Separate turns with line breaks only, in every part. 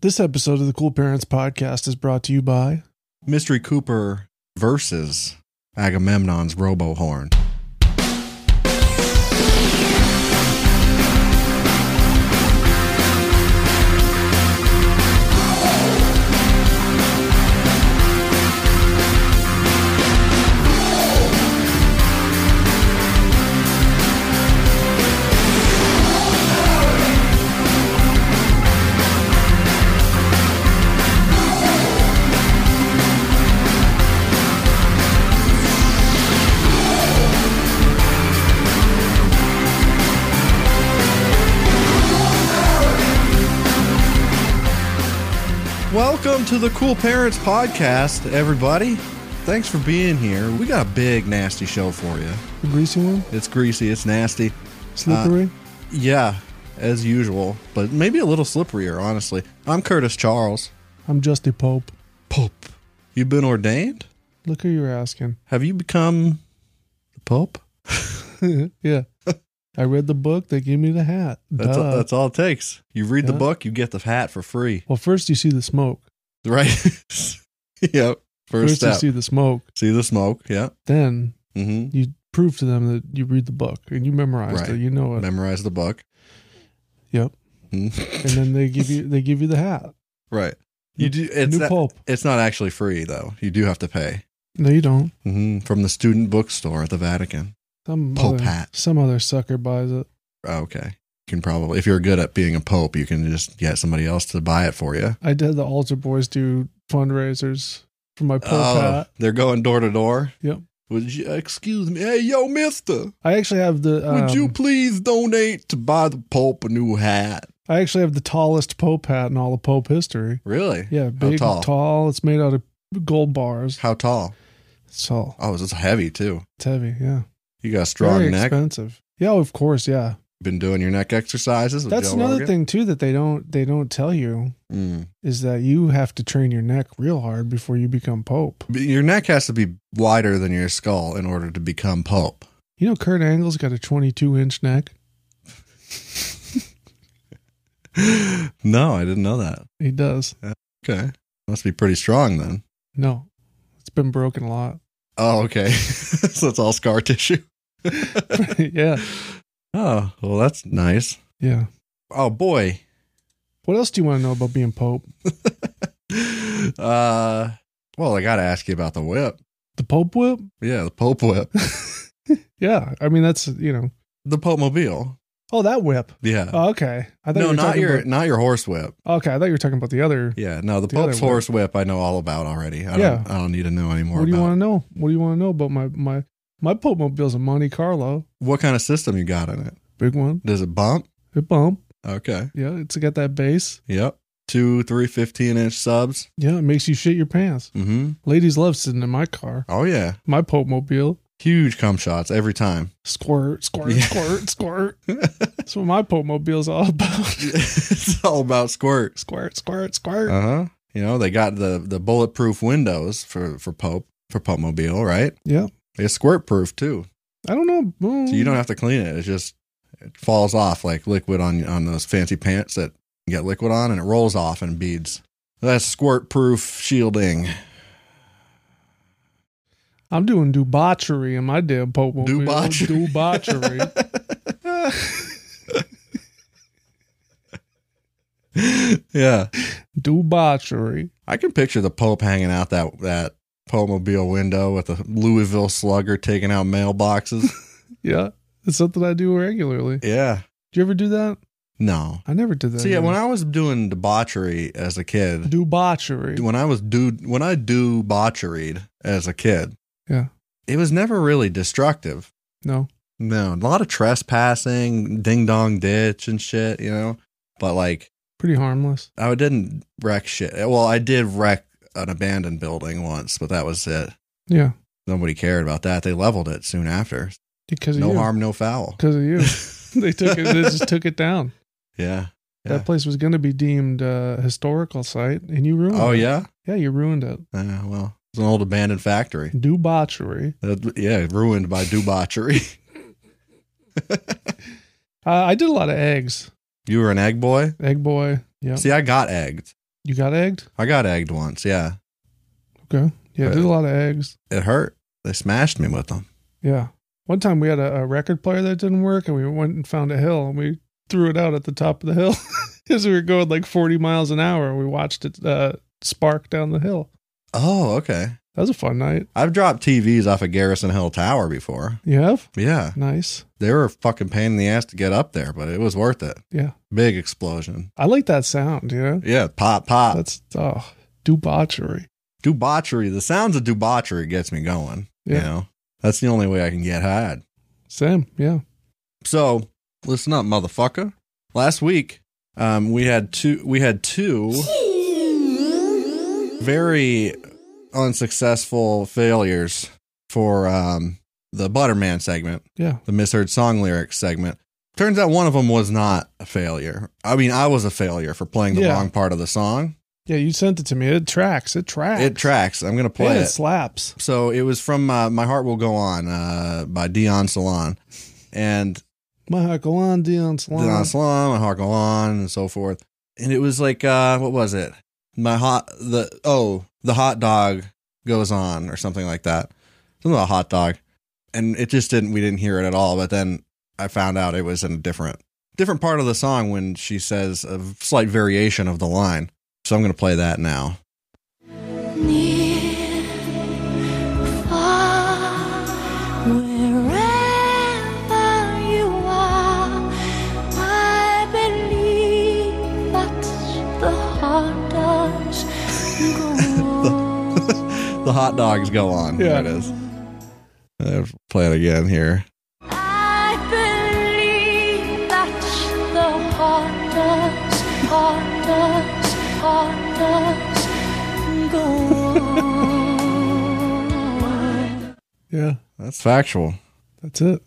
This episode of the Cool Parents Podcast is brought to you by.
Mystery Cooper versus Agamemnon's Robo Horn. Welcome to the Cool Parents Podcast, everybody. Thanks for being here. We got a big, nasty show for you.
The greasy one?
It's greasy, it's nasty.
Slippery?
Uh. Yeah, as usual, but maybe a little slipperier, honestly. I'm Curtis Charles.
I'm Justy Pope.
Pope. You've been ordained?
Look who you're asking.
Have you become the Pope?
yeah. I read the book. They gave me the hat.
That's,
Duh.
that's all it takes. You read the
Yeah.
book, you get the hat for free.
well, first you see the smoke.
Right? yep. First,
First, you
step.
see the smoke.
see the smoke. Yeah.
Then
Mm-hmm.
you prove to them that you read the book and you memorized
Right.
it. You know it.
Memorize the book.
Yep.
Mhm.
And then they give you they give you the hat.
right. You do. It's
New
not,
Pope.
It's not actually free though. You do have to pay
No, you don't.
hmm from the student bookstore at the Vatican.
Some
Pope
other,
hat.
Some other sucker buys it.
Oh, okay. You can probably, if you're good at being a pope, you can just get somebody else to buy it for you.
I did the altar boys do fundraisers for my Pope
Oh.
hat.
they're going door to door.
Yep.
Would you excuse me? Hey, yo, Mister,
I actually have the. Um,
would you please donate to buy the pope a new hat?
I actually have the tallest Pope hat in all of Pope history.
Really?
Yeah, big,
tall?
tall. It's made out of gold bars.
How tall?
It's tall.
Oh, it's heavy too.
It's heavy. Yeah.
You got a strong
Very
neck.
expensive. Yeah, of course. Yeah.
Been doing your neck exercises. With
That's
Joe
another
Rogan?
thing too that they don't they don't tell you
Mm.
is that you have to train your neck real hard before you become Pope.
Your neck has to be wider than your skull in order to become Pope.
You know, Kurt Angle's got a 22 inch neck.
no, I didn't know that.
He does.
Okay. Must be pretty strong then.
No, it's been broken a lot.
Oh, okay. so it's all scar tissue.
yeah.
Oh, well, that's nice.
Yeah.
Oh, boy.
What else do you want to know about being Pope?
Uh, well, I got to ask you about the whip.
The Pope whip?
Yeah, the Pope whip,
Yeah. I mean, that's, you know,
the Pope mobile.
oh, that whip.
Yeah.
Oh, okay. I thought
no,
you were
not
talking
your
about-
not your horse whip.
okay. I thought you were talking about the other.
Yeah, no, the,
The other
Pope's
whip.
horse whip. I know all about already. I
Yeah.
don't. I don't need to know anymore.
What do you
about
want
it.
to know? What do you want to know about my my my Pope mobile's a Monte Carlo,
What kind of system you got in it?
big one.
Does it bump?
It bump.
Okay.
Yeah, it's got that bass.
Yep. Two, three, 15 inch subs.
Yeah, it makes you shit your pants.
Mm-hmm.
Ladies love sitting in my car.
Oh yeah.
My Pope mobile.
Huge cum shots every time.
Squirt, squirt,
Yeah.
squirt, squirt. That's what my Pope mobile's all about.
it's all about squirt.
squirt, squirt, squirt.
Uh-huh. You know, they got the the bulletproof windows for for Pope for Pope Mobile, right?
yeah.
It's squirt proof too.
I don't know. Mm.
So you don't have to clean it. It just it falls off like liquid on on those fancy pants that you get liquid on and it rolls off in beads. That's squirt proof shielding.
I'm doing debauchery in my damn Pope mobile.
Debauchery.
Debauchery.
yeah.
debauchery.
I can picture the Pope hanging out that that Pomobile window with a Louisville slugger taking out mailboxes.
Yeah. It's something I do regularly.
yeah.
Do you ever do that?
No.
I never did that.
See, when
either.
I was doing debauchery as a kid,
debauchery.
when I was dude, when I do botcheried as a kid,
Yeah.
it was never really destructive.
no.
No, a lot of trespassing, ding dong ditch and shit, you know. But like
Pretty harmless.
I didn't wreck shit. Well, I did wreck an abandoned building once, but that was it.
Yeah.
Nobody cared about that. They leveled it soon after.
Because of
No
you.
harm, no foul.
Because of you. they took it. They just took it down.
Yeah. Yeah.
That place was going to be deemed uh, historical site, and you ruined.
Oh
it.
yeah.
Yeah, you ruined it.
Uh, well, it's an old abandoned factory.
Debauchery.
That, yeah, ruined by debauchery.
Uh, I did a lot of eggs.
you were an egg boy.
Egg boy. Yeah.
See, I got egged.
You got egged.
I got egged once. Yeah,
Okay. Yeah, I did a lot of eggs.
it hurt. They smashed me with them.
Yeah. One time we had a, a record player that didn't work, and we went and found a hill, and we threw it out at the top of the hill because we were going like 40 miles an hour, and we watched it uh, spark down the hill.
Oh, okay.
That was a fun night.
I've dropped TVs off a Garrison Hill Tower before.
You have?
Yeah,
Nice.
they were a fucking pain in the ass to get up there, but it was worth it.
Yeah.
Big explosion.
I like that sound, you know?
Yeah, pop, pop.
That's, oh, debauchery.
debauchery. The sounds of debauchery gets me going. You
Yeah.
know, that's the only way I can get high.
Sam, yeah.
So listen up, motherfucker. Last week, um, we had two. We had two very unsuccessful failures for um, the Butterman segment,
Yeah.
the misheard song lyrics segment. Turns out one of them was not a failure. I mean, I was a failure for playing the
Yeah.
wrong part of the song.
Yeah, you sent it to me. It tracks. It tracks.
It tracks. I'm gonna play
And it
it.
slaps.
So it was from uh, "My Heart Will Go On" uh, by Dion Salon, and
My heart go on, Dion Salon.
Dion Salon, "My Heart Go On," and so forth. And it was like, uh, what was it? My hot the oh the hot dog goes on or something like that. Something about a hot dog, and it just didn't. We didn't hear it at all. But then I found out it was in a different different part of the song when she says a slight variation of the line. So I'm gonna play that now.
Near, far, wherever you are, I believe that the heart does go on.
The hot dogs go on.
Yeah.
There it is. I'll play it again here.
I believe that the heart does, heart does, heart does go on.
Yeah,
That's factual.
that's it.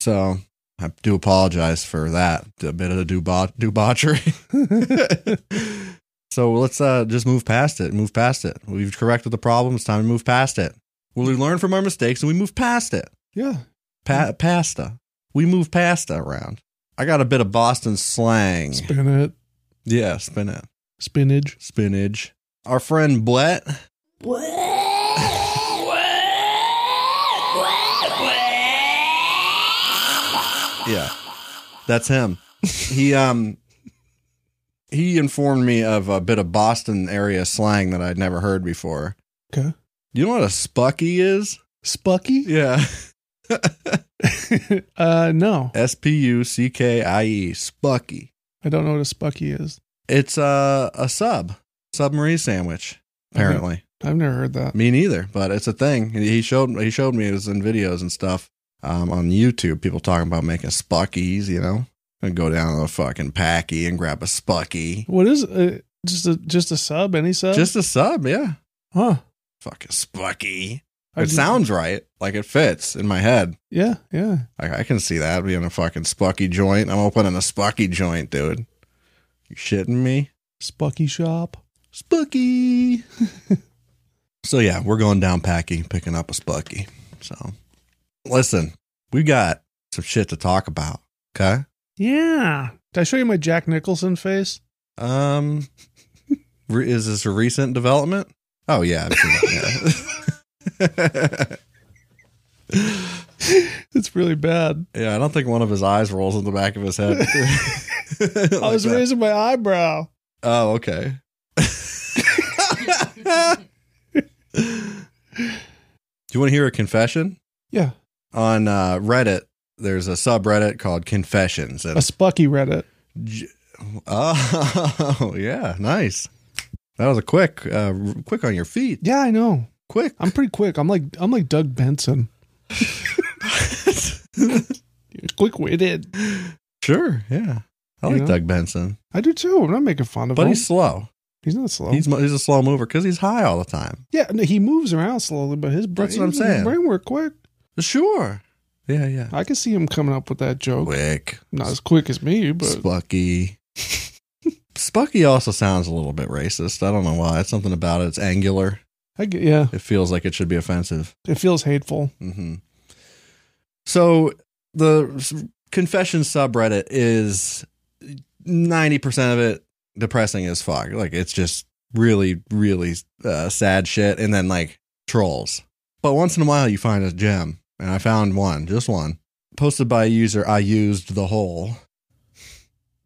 So I do apologize for that. A bit of deba- debauchery. so let's uh, just move past it. Move past it. We've corrected the problem. It's time to move past it. Well, we learn from our mistakes and we move past it.
Yeah.
Pa- pasta. We move pasta around. I got a bit of Boston slang.
Spin it.
yeah, spin it.
Spinach.
Spinach. Our friend Blett. yeah, that's him. He um he informed me of a bit of Boston area slang that I'd never heard before.
Okay.
You know what a spucky is?
Spucky?
Yeah,
uh, no,
S P U C K I E. Spucky.
I don't know what a spucky is.
It's a a sub submarine sandwich. Apparently,
I've never heard that.
Me neither, but it's a thing. He showed he showed me it was in videos and stuff um, on YouTube. People talking about making spuckies, you know, and go down to a fucking packy and grab a spucky,
What is uh, just a just a sub? Any sub?
just a sub, yeah,
huh?
fucking spucky.
I
It
didn't-
sounds right, like it fits in my head.
Yeah, yeah.
I, I can see that being a fucking spucky joint. I'm opening a spucky joint, dude. You shitting me?
Spucky shop.
Spucky. so yeah, we're going down packy, picking up a spucky. So listen, we got some shit to talk about. Okay.
Yeah. Did I show you my Jack Nicholson face?
Um, re- is this a recent development? Oh yeah. I've seen it, yeah.
It's really bad.
Yeah, I don't think one of his eyes rolls in the back of his head.
I was raising my eyebrow.
Oh, okay. Do you want to hear a confession?
Yeah,
on uh, Reddit, there's a subreddit called Confessions.
a
And,
spucky Reddit.
J- oh, yeah, nice. That was a quick, uh, r- quick on your feet.
Yeah, I know.
Quick.
I'm pretty quick. I'm like I'm like Doug Benson. Quick witted.
sure. Yeah. I
You
like
know?
Doug Benson,
I do too. I'm not making fun of
but
him.
he's slow.
He's not slow.
He's mo- he's a slow mover because he's high all the time.
yeah, no, he moves around slowly, but his brain,
That's what I'm
his
saying.
brain work quick.
Sure. Yeah, yeah.
I can see him coming up with that joke.
Quick.
Not as quick as me, but
Spucky. Spucky also sounds a little bit racist. I don't know why. It's something about it. It's angular.
I get, yeah,
It feels like it should be offensive.
it feels hateful.
hmm So the s- confession subreddit is 90% of it depressing as fuck. Like it's just really, really uh, sad shit. And then like trolls. But once in a while you find a gem. And I found one, just one, posted by a user. I used the whole.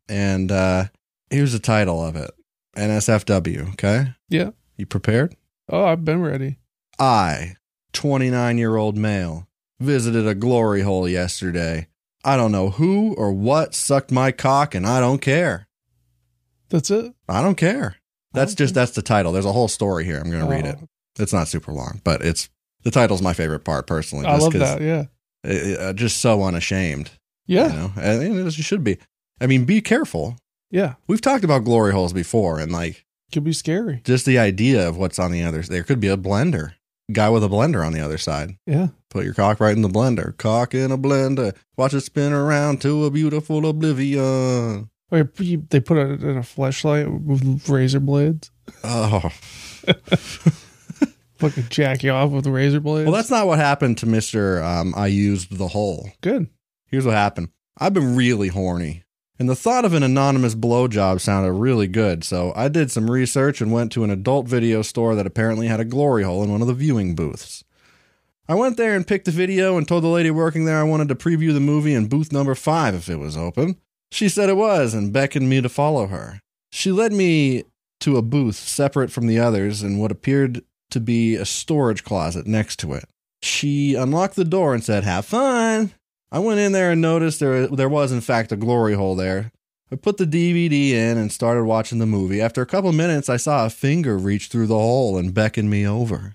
And uh, here's the title of it NSFW. Okay.
Yeah.
You prepared?
Oh, I've been ready.
I, 29 year old male, visited a glory hole yesterday. I don't know who or what sucked my cock, and I don't care.
That's it.
I don't care. That's
Okay.
just, that's the title. There's a whole story here. I'm going to read
Oh,
it. It's not super long, but it's, the title's my favorite part personally.
I
just
love
'cause
that. Yeah,
it- it- uh, just so unashamed.
yeah,
You know, and, and as you should be. I mean, be careful.
yeah.
We've talked about glory holes before, and like
Could be scary.
just the idea of what's on the other. There could be a blender, guy with a blender on the other side.
Yeah,
Put your cock right in the blender. Cock in a blender. Watch it spin around to a beautiful oblivion.
or you- they put it in a flashlight with razor blades.
Oh.
Fucking jack you off with razor blades.
Well, that's not what happened to Mr. Um, I used the hole.
good.
Here's what happened I've been really horny. And the thought of an anonymous blowjob sounded really good, so I did some research and went to an adult video store that apparently had a glory hole in one of the viewing booths. I went there and picked the video and told the lady working there I wanted to preview the movie in booth number five if it was open. She said it was and beckoned me to follow her. She led me to a booth separate from the others in what appeared to be a storage closet next to it. She unlocked the door and said, Have fun. I went in there and noticed there there was in fact a glory hole there. I put the DVD in and started watching the movie. After a couple minutes, I saw a finger reach through the hole and beckon me over.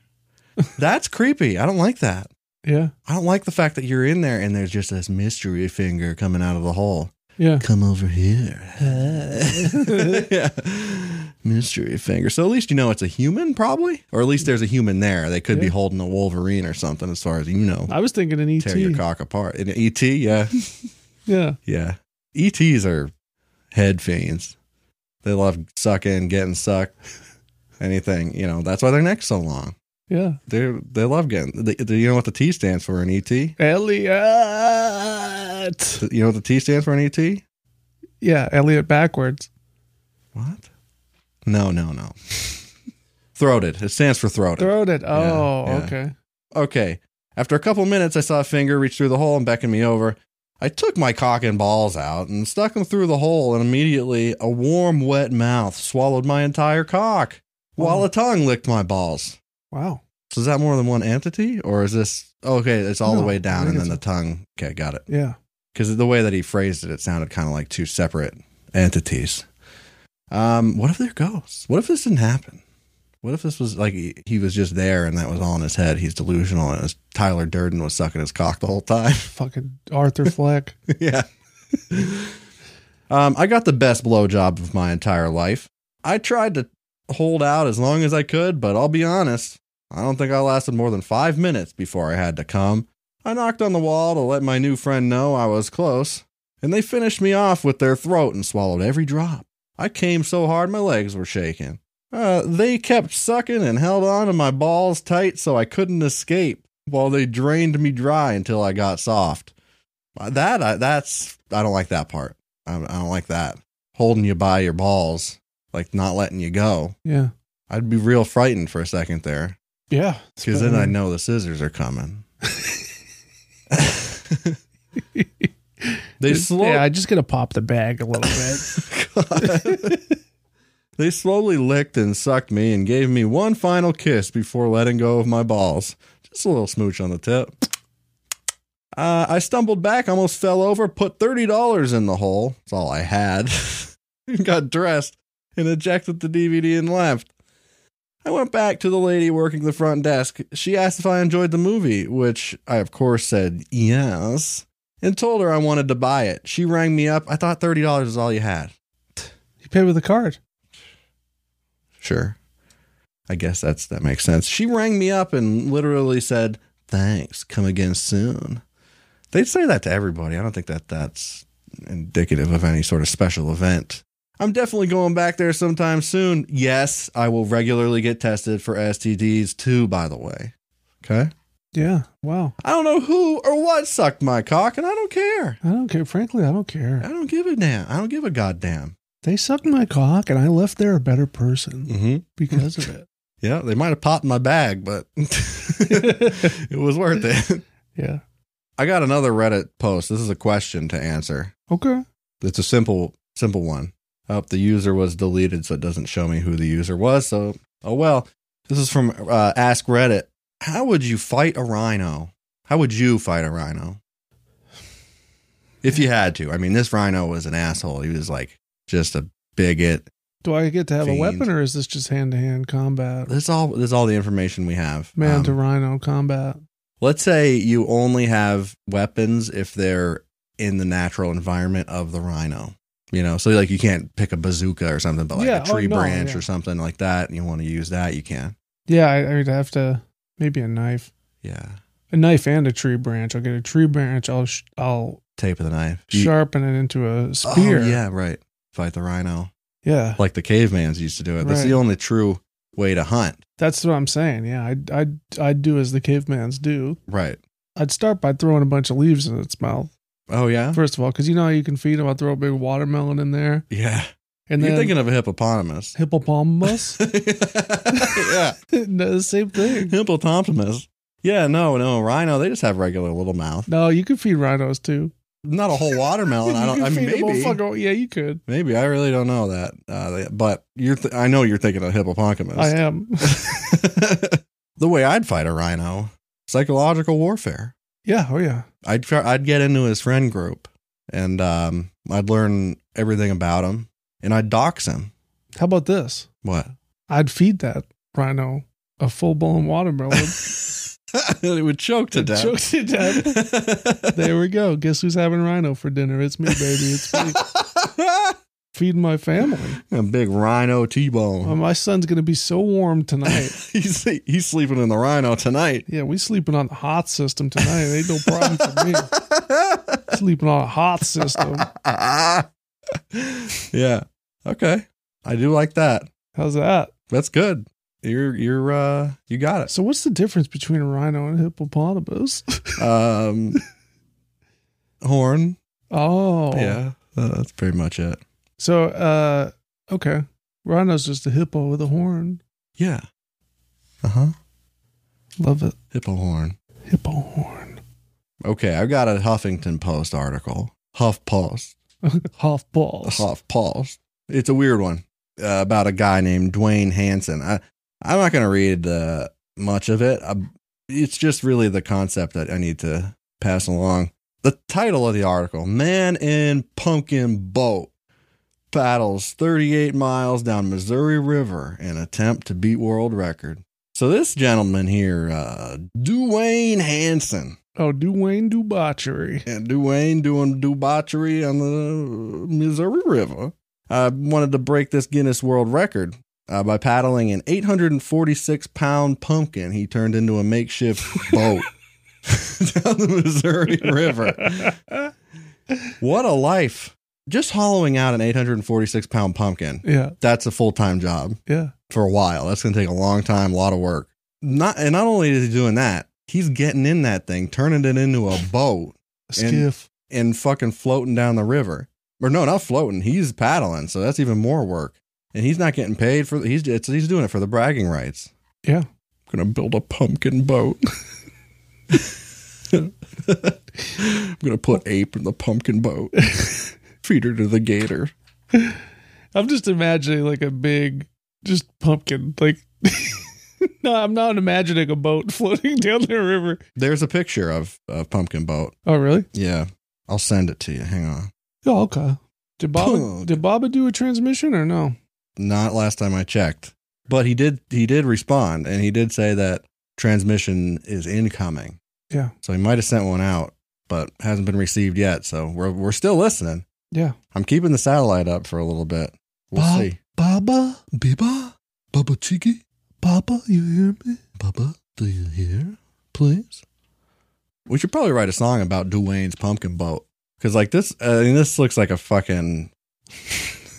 That's creepy. I don't like that.
Yeah,
I don't like the fact that you're in there and there's just this mystery finger coming out of the hole.
yeah.
Come over here. yeah. Mystery finger. So at least you know it's a human, probably, or at least there's a human there. They could be
Yeah.
holding a Wolverine or something, as far as you know.
I E was thinking an ET.
Tear your cock apart. An ET, yeah.
Yeah,
Yeah. ETs are head fiends. They love sucking, getting sucked, anything. You know, that's why their neck's so long.
yeah.
They they love getting. They, do you know what the T stands for in ET? You
Elliot.
know what the T stands for in ET?
Yeah, Elliot backwards.
What? No, no, no. throated. It stands for throated.
Throwed it. Oh,
yeah.
okay.
okay. After a couple minutes, I saw a finger reach through the hole and beckon me over. I took my cock and balls out and stuck them through the hole, and immediately a warm, wet mouth swallowed my entire cock while a tongue licked my balls.
Wow.
So is that more than one entity, or is this okay? It's all
No,
the way
I
down,
think
and then the
it's-
tongue. Okay, got it.
Yeah.
Because the way that he phrased it, it sounded kind of like two separate entities. Um, what if they're ghosts? What if this didn't happen? What if this was like he, he was just there and that was all in his head? He's delusional, and it was Tyler Durden was sucking his cock the whole time.
Fucking Arthur Fleck.
yeah. um, I got the best blowjob of my entire life. I tried to hold out as long as I could, but I'll be honest, I don't think I lasted more than five minutes before I had to come. I knocked on the wall to let my new friend know I was close, and they finished me off with their throat and swallowed every drop. I came so hard my legs were shaking. Uh, they kept sucking and held on to my balls tight so I couldn't escape while they drained me dry until I got soft. Uh, That I, that's I don't like that part. I, I don't like that holding you by your balls, like not letting you go.
Yeah.
I'd be real frightened for a second there
Yeah.
because then I know the scissors are coming. they slow.
Yeah, I just gonna pop the bag a little bit.
they slowly licked and sucked me and gave me one final kiss before letting go of my balls. Just a little smooch on the tip. Uh, I stumbled back, almost fell over, put $30 in the hole. That's all I had. Got dressed and ejected the DVD and left. I went back to the lady working the front desk. She asked if I enjoyed the movie, which I, of course, said yes. and told her I wanted to buy it. She rang me up. I thought $30 was all you had.
You pay with a card.
Sure. I guess that's that makes sense. She rang me up and literally said, "Thanks, come again soon." They'd say that to everybody. I don't think that that's indicative of any sort of special event. I'm definitely going back there sometime soon. Yes, I will regularly get tested for STDs too, by the way. Okay?
Yeah. Wow.
I don't know who or what sucked my cock and I don't care.
I don't care. Frankly, I don't
I
care.
don't give a damn. I don't give a goddamn.
They sucked my cock and I left there a better person
Mhm.
because of it.
Yeah, they might have popped my bag, but it was worth it.
Yeah.
I got another Reddit post. This is a question to answer.
Okay.
It's a simple, simple one. Oh, the user was deleted, so it doesn't show me who the user was. So, oh well. This is from uh, Ask Reddit. How would you fight a rhino? How would you fight a rhino? If you had to. I mean, this rhino was an asshole. He was like just a bigot.
Do I get to have
Fiend.
a weapon or is this just hand to hand combat?
This is all this is all the information we have.
Man
Um,
to rhino combat.
Let's say you only have weapons if they're in the natural environment of the rhino. You know, so like you can't pick a bazooka or something, but like
Yeah,
a
oh,
tree
no,
branch
yeah.
or something like that, and you want to use that, you can.
Yeah, I, I'd have to maybe a knife,
Yeah.
a knife and a tree branch. I'll get a tree branch. I'll sh- I'll
Tape of the knife. You-
sharpen it into a spear.
Oh, yeah, right. Fight the rhino.
yeah.
Like the cavemans used to do it. That's the
Right.
only true way to hunt.
That's what I'm saying. Yeah, I'd I'd I'd do as the cavemans do.
Right.
I'd start by throwing a bunch of leaves in its mouth
Oh, yeah.
first of all, because you know how you can feed them. I throw a big watermelon in there,
Yeah.
and
You're
then
thinking of a hippopotamus.
hippopotamus.
yeah.
no, the same thing.
Hippopotamus. Yeah, no, no. Rhino, they just have regular little mouth.
No, you could feed rhinos too.
not a whole watermelon. I
You
don't.
could
I mean,
feed a
maybe,
motherfucker- Yeah, you could.
maybe I really don't know that. Uh, they- but you're. Th- I know you're thinking of hippopotamus.
I am.
the way I'd fight a rhino, psychological warfare.
Yeah. Oh yeah.
I'd try, I'd get into his friend group, and um, I'd learn everything about him, and I'd dox him.
How about this?
What?
I'd feed that rhino a full blown watermelon.
it would choke to
It
death.
chokes it down. there we go. Guess who's having rhino for dinner? It's me, baby. It's me. Feeding my family.
a big rhino
Well,
T-bone.
my son's gonna be so warm tonight.
he's he's sleeping in the rhino tonight.
Yeah, we sleeping on the hot system tonight. Ain't no problem for me. sleeping on a hot system.
yeah. Okay. I do like that.
How's that?
That's good. You're you're uh you got
So what's the difference between a rhino and a hippopotamus?
it. Um horn.
oh.
Yeah. Uh, that's pretty much it.
So uh okay. Rhino's just a hippo with a horn.
Yeah. Uh-huh.
Love it.
Hippo horn.
Hippo horn.
Okay, I've got a Huffington Post article. Huff Post.
Half balls.
Huff Post. It's a weird one uh, about a guy named Dwayne Hansen. I, I'm not going to read uh, much of it. I, it's just really the concept that I need to pass along. The title of the article Man in Pumpkin Boat Paddles 38 Miles Down Missouri River in Attempt to Beat World Record. So, this gentleman here, uh, Dwayne Hansen,
Oh, Duane debauchery.
and Duane doing debauchery on the Missouri River. I wanted to break this Guinness World Record uh, by paddling an 846 pound pumpkin he turned into a makeshift boat down the Missouri River. What a life! Just hollowing out an 846 pound pumpkin.
yeah,
That's a full time job
yeah.
for a while. That's going to take a long time, a lot of work. Not and not only is he doing that, he's getting in that thing, turning it into a boat
A skiff.
and fucking floating down the river. Or no, not floating. He's paddling, so that's even more work. And he's not getting paid for. He's it's, he's doing it for the bragging rights.
yeah.
I'm gonna build a pumpkin boat. I'm gonna put ape in the pumpkin boat. Feed her to the gator.
I'm just imagining like a big just pumpkin. Like No, I'm not imagining a boat floating down the river.
There's a picture of a pumpkin boat.
Oh really?
Yeah, I'll send it to you. Hang on.
Oh, okay. Did Baba
Pug.
did Baba do a transmission or no?
Not last time I checked, but he did. He did respond, and he did say that transmission is incoming.
Yeah.
So he might have sent one out. but hasn't been received yet. So we're we're still listening.
Yeah.
I'm keeping the satellite up for a little bit. We'll
Bob-
see.
Baba,
Biba, Baba Chiki,
Baba, you hear me?
Baba, do you hear? Please. We should probably write a song about Dwayne's pumpkin boat because, like this, I mean, this looks like a fucking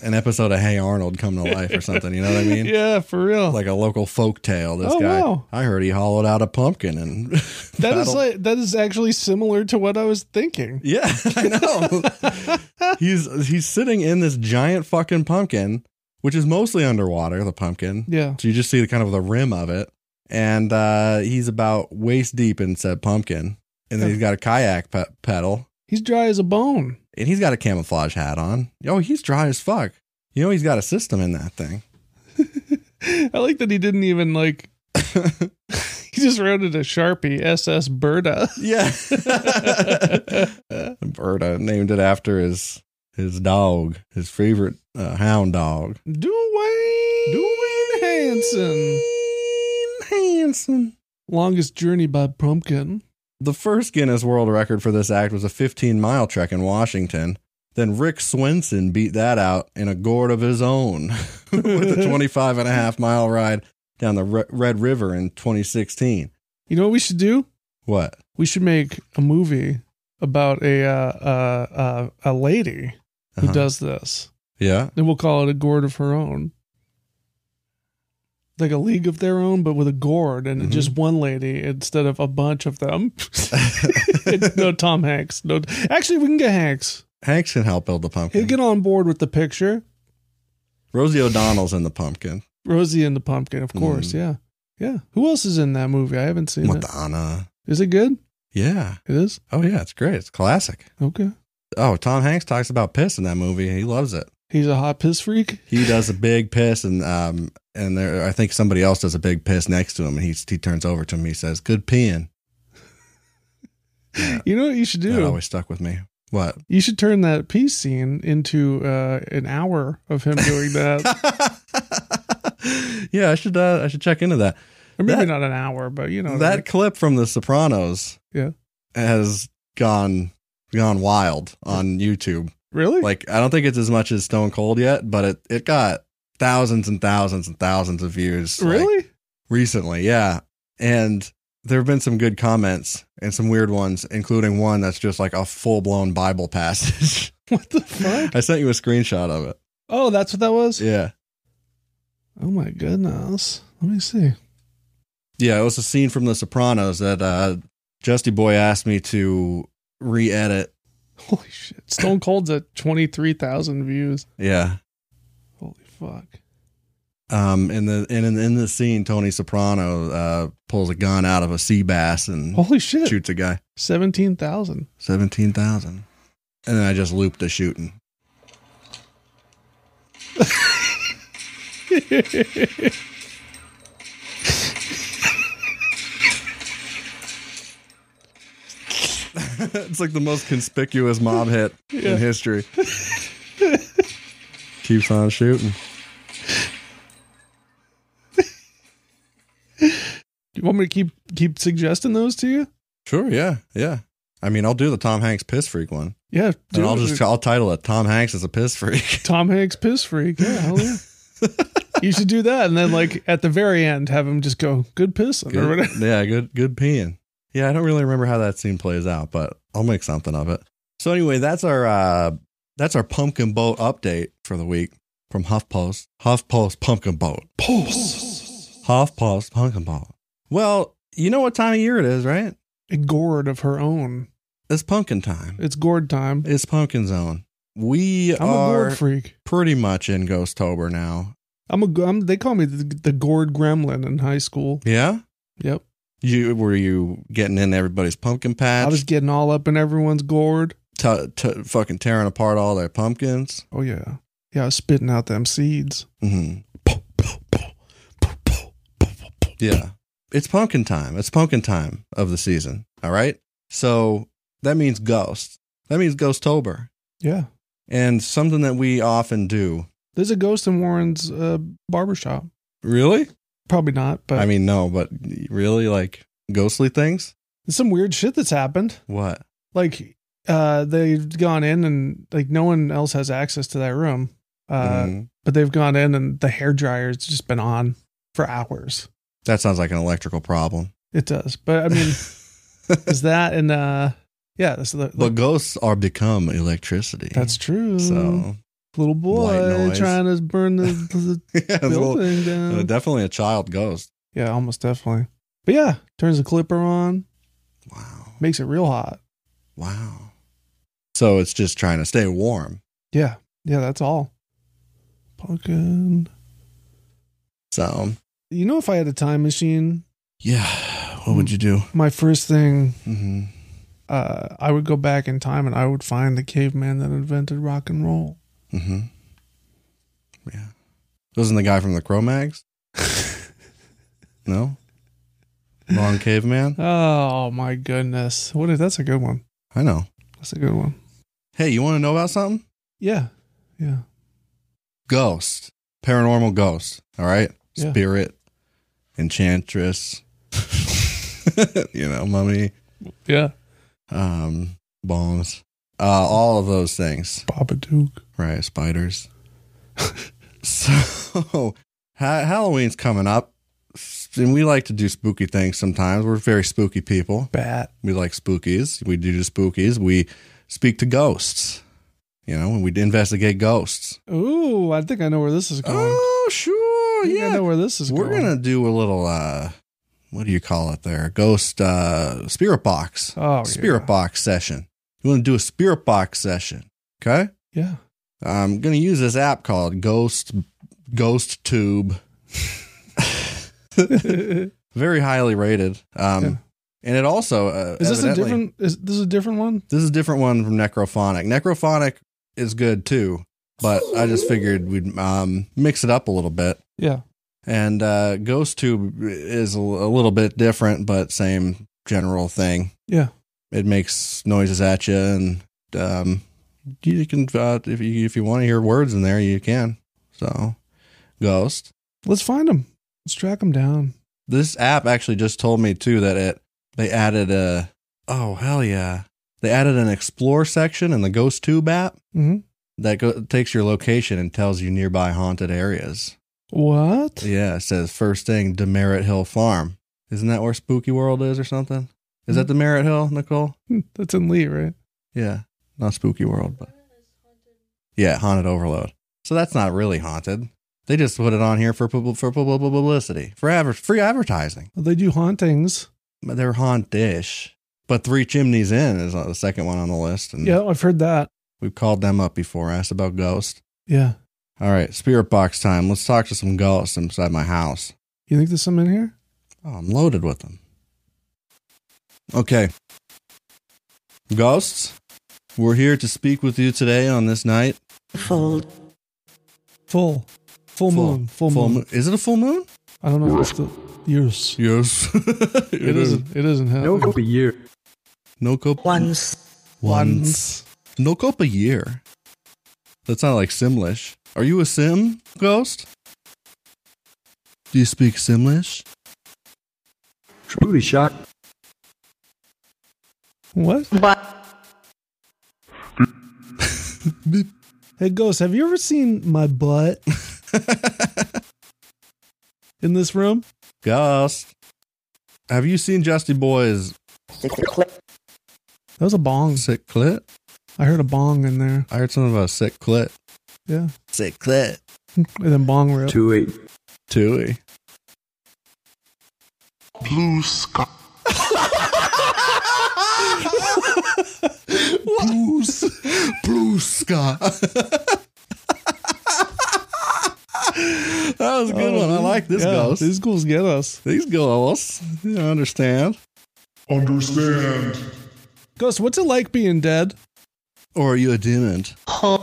an episode of Hey Arnold come to life or something. You know what I mean?
Yeah, for real.
Like a local folk tale. This
Oh,
guy,
wow.
I heard he hollowed out a pumpkin and
that is
battled-
like that is actually similar to what I was thinking.
yeah, I know. he's he's sitting in this giant fucking pumpkin, which is mostly underwater. The pumpkin,
Yeah.
So you just see the kind of the rim of it. And uh, he's about waist deep in said pumpkin. And then he's got a kayak pe- pedal.
He's dry as a bone.
And he's got a camouflage hat on. Yo, he's dry as fuck. You know, he's got a system in that thing.
I like that he didn't even like. he just rounded a sharpie SS Berta.
Yeah. Berta named it after his his dog, his favorite uh, hound dog.
Dwayne. Dwayne Hanson.
Hanson.
Longest journey by pumpkin.
The first Guinness World Record for this act was a 15 mile trek in Washington. Then Rick Swenson beat that out in a gourd of his own with a 25 and a half mile ride down the Re- Red River in 2016.
You know what we should do?
What?
We should make a movie about a uh, uh, uh, a lady who
Uh-huh.
does this.
Yeah.
Then we'll call it a gourd of her own. Like a league of their own, but with a gourd and
Mhm.
just one lady instead of a bunch of them. It's no Tom Hanks. No, actually, we can get Hanks.
Hanks can help build the
He'll
pumpkin.
get on board with the picture.
Rosie O'Donnell's in the pumpkin.
Rosie and the Pumpkin, of
Mm.
course. Yeah, yeah. Who else is in that movie? I haven't seen it.
Madonna.
Is it good?
Yeah.
It is.
Oh, yeah. It's great. It's classic.
Okay.
Oh, Tom Hanks talks about piss in that movie. He loves it.
He's a hot piss freak.
he does a big piss and um and there I think somebody else does a big piss next to him and he he turns over to him and he says good peeing.
You know what you should
That
do?
always stuck with me. What?
you should turn that peace scene into uh, an hour of him doing that.
yeah, I should uh, I should check into that.
or maybe
That-
not an hour, but you know what I
That clip from The Sopranos
Yeah.
has gone gone wild on YouTube.
mean. really
Like I don't think it's as much as Stone Cold yet, but it it got thousands and thousands and thousands of views. like,
really.
recently yeah and there have been some good comments and some weird ones including one that's just like a full-blown bible passage
what the fuck?
i sent you a screenshot of it
Oh, that's what that was.
yeah
Oh my goodness. Let me see.
yeah it was a scene from the sopranos that uh justy boy asked me to re-edit
Holy shit. Stone Cold's at twenty three thousand views.
yeah
Holy fuck.
um in the and in, in the scene tony soprano uh pulls a gun out of a sea bass and
Holy Oh, shit.
shoots a guy
Seventeen thousand.
17000 and then i just looped the shooting it's like the most conspicuous mob hit in history. Keeps on shooting.
You want me to keep keep suggesting those to you?
Sure, yeah, yeah. I mean, I'll do the Tom Hanks piss freak one,
Yeah,
and
do
I'll
it.
just I'll title it "Tom Hanks is a piss freak."
Tom Hanks piss freak. Yeah, hell yeah. you should do that, and then like at the very end, have him just go good pissing or
Good-
whatever.
yeah, good, good peeing. Yeah, I don't really remember how that scene plays out, but I'll make something of it. So anyway, that's our uh that's our pumpkin boat update for the week from HuffPost. HuffPost pumpkin boat. Post. HuffPost pumpkin boat. Well, you know what time of year it is, right?
A gourd of her own.
It's pumpkin time.
It's gourd time.
It's pumpkin zone. We
I'm a
are
gourd freak.
pretty much in Ghosttober now.
I'm a. go- I'm, they call me the, the gourd gremlin in high school.
Yeah?
Yep.
You were you getting in everybody's pumpkin patch?
I was getting all up in everyone's gourd.
t- t- fucking tearing apart all their pumpkins.
Oh yeah, yeah. I was spitting out them seeds.
hmm Yeah. It's pumpkin time. It's pumpkin time of the season. All right. So that means ghosts. That means Ghosttober.
Yeah.
And something that we often do.
There's a ghost in Warren's uh, barbershop.
Really?
Probably not, but
I mean, no, but really like ghostly things?
there's some weird shit that's happened.
What?
like uh they've gone in and like no one else has access to that room. Uh
Mhm.
but they've gone in and the hair dryer's just been on for hours.
That sounds like an electrical problem.
It does. But I mean is that and uh yeah, that's the
but ghosts are become electricity.
that's true.
so.
little boy
noise.
trying to burn the,
yeah, it's a
the
little-
building
uh,
down.
definitely a child ghost.
yeah, almost definitely. But yeah, turns the clipper on,
Wow.
makes it real hot.
Wow. So it's just trying to stay warm.
Yeah, yeah, that's all. Pumpkin.
So
You know, if I had a time machine,
yeah, what
Hmm.
would you do?
my first thing,
hmm
uh, I would go back in time and I would find the caveman that invented rock and roll.
hmm Yeah. Wasn't the guy from the Cro-Mags? no. Wrong caveman.
Oh my goodness, what? A, that's a good one.
I know.
That's a good one.
Hey, you want to know about something?
Yeah, yeah.
Ghost, paranormal ghost. All right,
Yeah.
spirit, enchantress. you know, mummy,
Yeah.
um, bones, uh, all of those things.
Babadook.
Right, spiders. so, ha- Halloween's coming up, s- and we like to do spooky things sometimes. We're very spooky people.
Bat.
We like spookies. We do the spookies. We speak to ghosts, you know, and we investigate ghosts.
Ooh, I think I know where this is going.
Oh, sure.
I think I
Yeah.
know where this is
We're
going.
going to do a little, uh, what do you call it there? Ghost, uh, spirit box.
Oh,
spirit
yeah.
box session. You want to do a spirit box session. Okay.
Yeah.
I'm going to use this app called Ghost Ghost Tube.
is
Very highly rated. Um,
Yeah.
And it also uh,
this a
evidently-
different? Is this a different one?
This is a different one from Necrophonic. Necrophonic is good too, but I just figured we'd um, mix it up a little bit.
Yeah.
And uh, Ghost Tube is a, a little bit different, but same general thing.
Yeah.
It makes noises at you, and um, you can uh, if you if you want to hear words in there, you can. So, Ghost.
Let's find him. Let's track him down.
This app actually just told me too that it they added a oh hell yeah they added an explore section in the Ghost Tube app
hmm
that go, takes your location and tells you nearby haunted areas.
What?
Yeah, it says first thing Demerit Hill Farm. Isn't that where Spooky World is or something? Is that Demerit Hill, Nicole?
That's in Lee, right?
Yeah, not Spooky World, but yeah, Haunted Overload. So that's not really haunted. They just put it on here for pub- for pub- publicity, for adver- free advertising.
Well, Oh, they do hauntings.
But they're hauntish. But Three Chimneys Inn is uh, the second one on the list, and
Yeah, I've heard that.
we've called them up before. Asked about ghosts.
Yeah.
All right, spirit box time. Let's talk to some ghosts inside my house.
You think there's some in here?
Oh, I'm loaded with them. Okay, ghosts, we're here to speak with you today on this night.
Full. Full, moon. Full, moon.
Is it a full moon?
I don't know if it's the years.
Yes.
It isn't. It isn't happening.
a year.
No cope.
once,
Once.
No cope a year. That sounded like Simlish. Are you a Sim ghost? Do you speak Simlish?
Truly shocked.
What?
but
Hey, Ghost, have you ever seen my butt in this room?
Ghost. Have you seen Justy Boy's
That was a bong.
sick clit?
I heard a bong in there.
I heard something about a sick clit.
Yeah.
Sick clit.
And then bong rip.
Two eight.
Tui. Blue sky. Blue sky. that was a good one. I like Oh, this
Yeah,
ghost.
These ghouls get us.
These ghosts, you understand.
Ghost, what's it like being dead?
Or you didn't. Huh.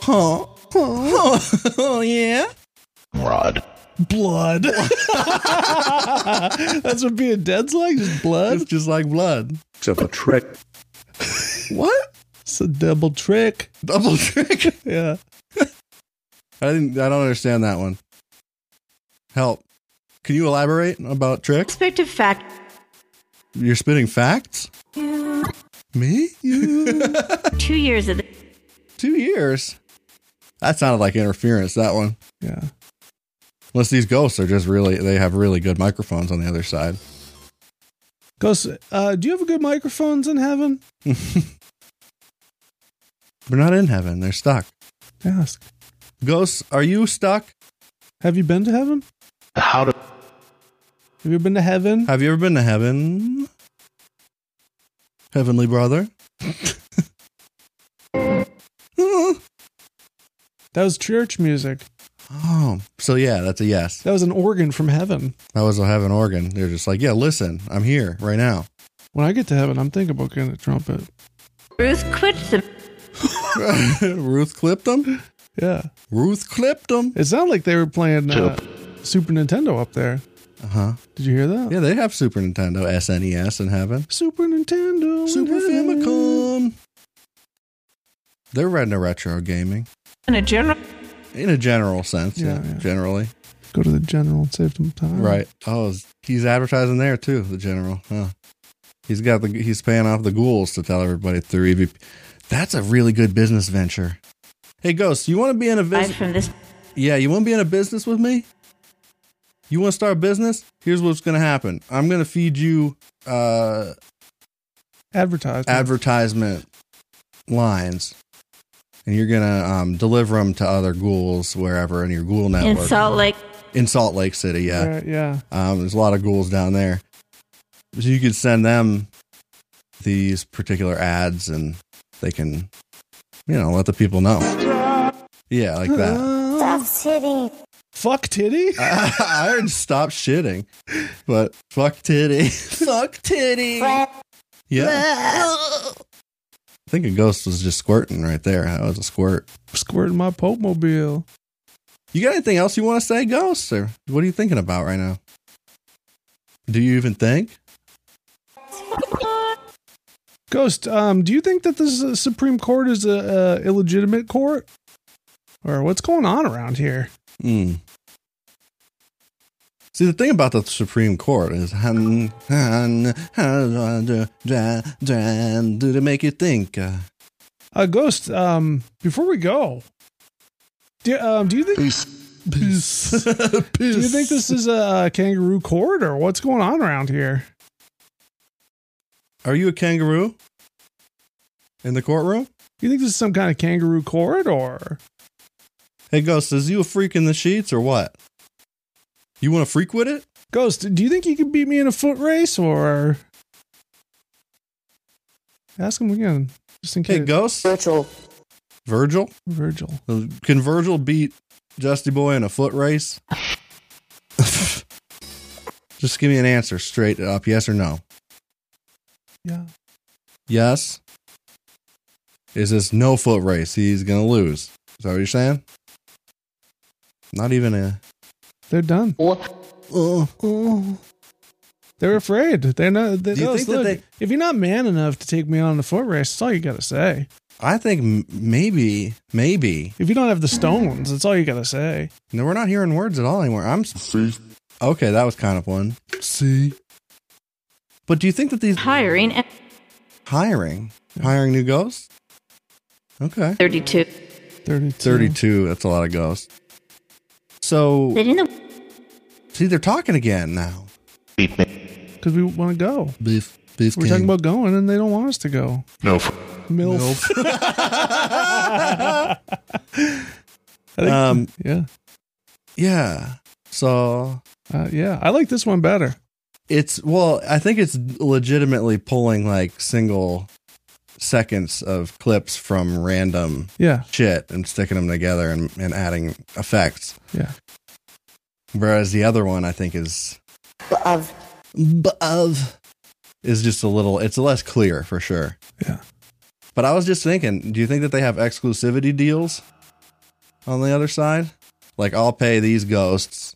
Huh. Oh, yeah.
Blood. That's what being dead's like, just blood.
It's just like blood.
Except a trick.
What?
It's a double trick.
Double trick.
Yeah.
I didn't. I don't understand that one. Help. Can you elaborate about tricks?
perspective fact
You're spitting facts. Me? You?
Two years of
Two years. That sounded like interference, that one.
Yeah.
Unless these ghosts are just really, they have really good microphones on the other side.
Ghost, uh, do you have good microphones in heaven?
They're not in heaven. They're stuck.
Ask.
Ghosts, are you stuck?
Have you been to heaven?
The how to
Have you been to heaven?
Have you ever been to heaven? Heavenly brother? oh,
That was church music.
Oh, so yeah, that's a yes.
That was an organ from heaven.
That was a heaven organ. They're just like, yeah, listen, I'm here right now.
When I get to heaven, I'm thinking about getting a trumpet.
Ruth quit the
Ruth clipped them.
Yeah.
Ruth clipped them.
It sounded like they were playing uh, Super Nintendo up there.
Uh huh.
Did you hear that?
Yeah, they have Super Nintendo, SNES in heaven.
Super Nintendo. in
Super
heaven.
Famicom. They're right into retro gaming
in a general
in a general sense. Yeah,
Yeah, yeah.
generally.
Go to the general and save some time.
Right. Oh, is- he's advertising there too. The general. Huh. He's got the. He's paying off the ghouls to tell everybody through EVP. That's a really good business venture. Hey, Ghost, you want to be in a
life
business?
from this
Yeah, you want to be in a business with me? You want to start a business? Here's what's going to happen. I'm going to feed you uh,
Advertise.
advertisement lines, and you're going to um, deliver them to other ghouls wherever in your ghoul
in
network.
Salt Lake.
in Salt Lake City, yeah.
Right, yeah.
Um, there's a lot of ghouls down there. So you could send them these particular ads and they can, you know, let the people know. Yeah, like that.
Stop titty. Fuck titty?
I, I heard stop shitting, but fuck titty. fuck titty. Yeah. I think a ghost was just squirting right there. That was a squirt.
Squirting my Pope mobile.
You got anything else you want to say, ghost? Or what are you thinking about right now? Do you even think?
Ghost, um, do you think that this uh, Supreme Court is a, a illegitimate court, or what's going on around here?
Mm. See, the thing about the Supreme Court is how to make you think. Uh,
Uh, Ghost, um, before we go, do, um, do you think Peace. do you think this is a kangaroo court, or what's going on around here?
Are you a kangaroo in the courtroom?
You think this is some kind of kangaroo court, or
Hey, Ghost, is you a freak in the sheets or what? You want to freak with it?
Ghost? Do you think you can beat me in a foot race, or ask him again, just in
Hey,
case?
Ghost. Virgil. Virgil?
Virgil.
Can Virgil beat Justy Boy in a foot race? Just give me an answer straight up, yes or no.
Yeah.
Yes. Is this no foot race? He's gonna lose. Is that what you're saying? Not even a.
They're done.
Oh,
They're afraid. They're not. They,
Do you
no,
think that
look,
they-
if you're not man enough to take me on in the foot race, that's all you gotta say.
I think m- maybe, maybe.
If you don't have the stones, that's all you gotta say.
No, we're not hearing words at all anymore. I'm. See. Okay, that was kind of one. See. But do you think that these
hiring at
hiring, hiring new ghosts? Okay.
32.
32.
32. That's a lot of ghosts. So,
They didn't
see, they're talking again now.
beat me.
Because we want to go.
Beef. Beef.
We're talking about going, and they don't want us to go.
No. f-
Milf. I think-
Um,
yeah.
Yeah. So
Uh, yeah. I like this one better.
it's well, I think it's legitimately pulling like single seconds of clips from random
Yeah.
shit and sticking them together and, and adding effects.
Yeah.
Whereas the other one I think is of of is just a little it's less clear for sure.
Yeah.
But I was just thinking, do you think that they have exclusivity deals on the other side? Like I'll pay these ghosts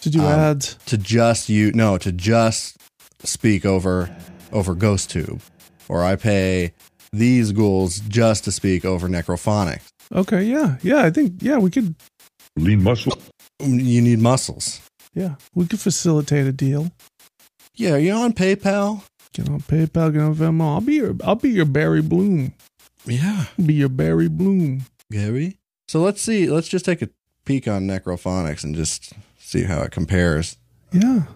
To do
Um,
ads.
to just you no to just speak over over ghost tube or i pay these ghouls just to speak over necrophonic
Okay. Yeah. Yeah. I think, yeah, we could,
Lean muscle.
you need muscles
yeah, we could facilitate a deal.
yeah are you on paypal
Get on PayPal, get on Venmo. I'll be your I'll be your Barry Bloom.
Yeah.
Be your Barry Bloom.
Gary. So let's see. Let's just take a peek on necrophonics and just see how it compares.
Yeah.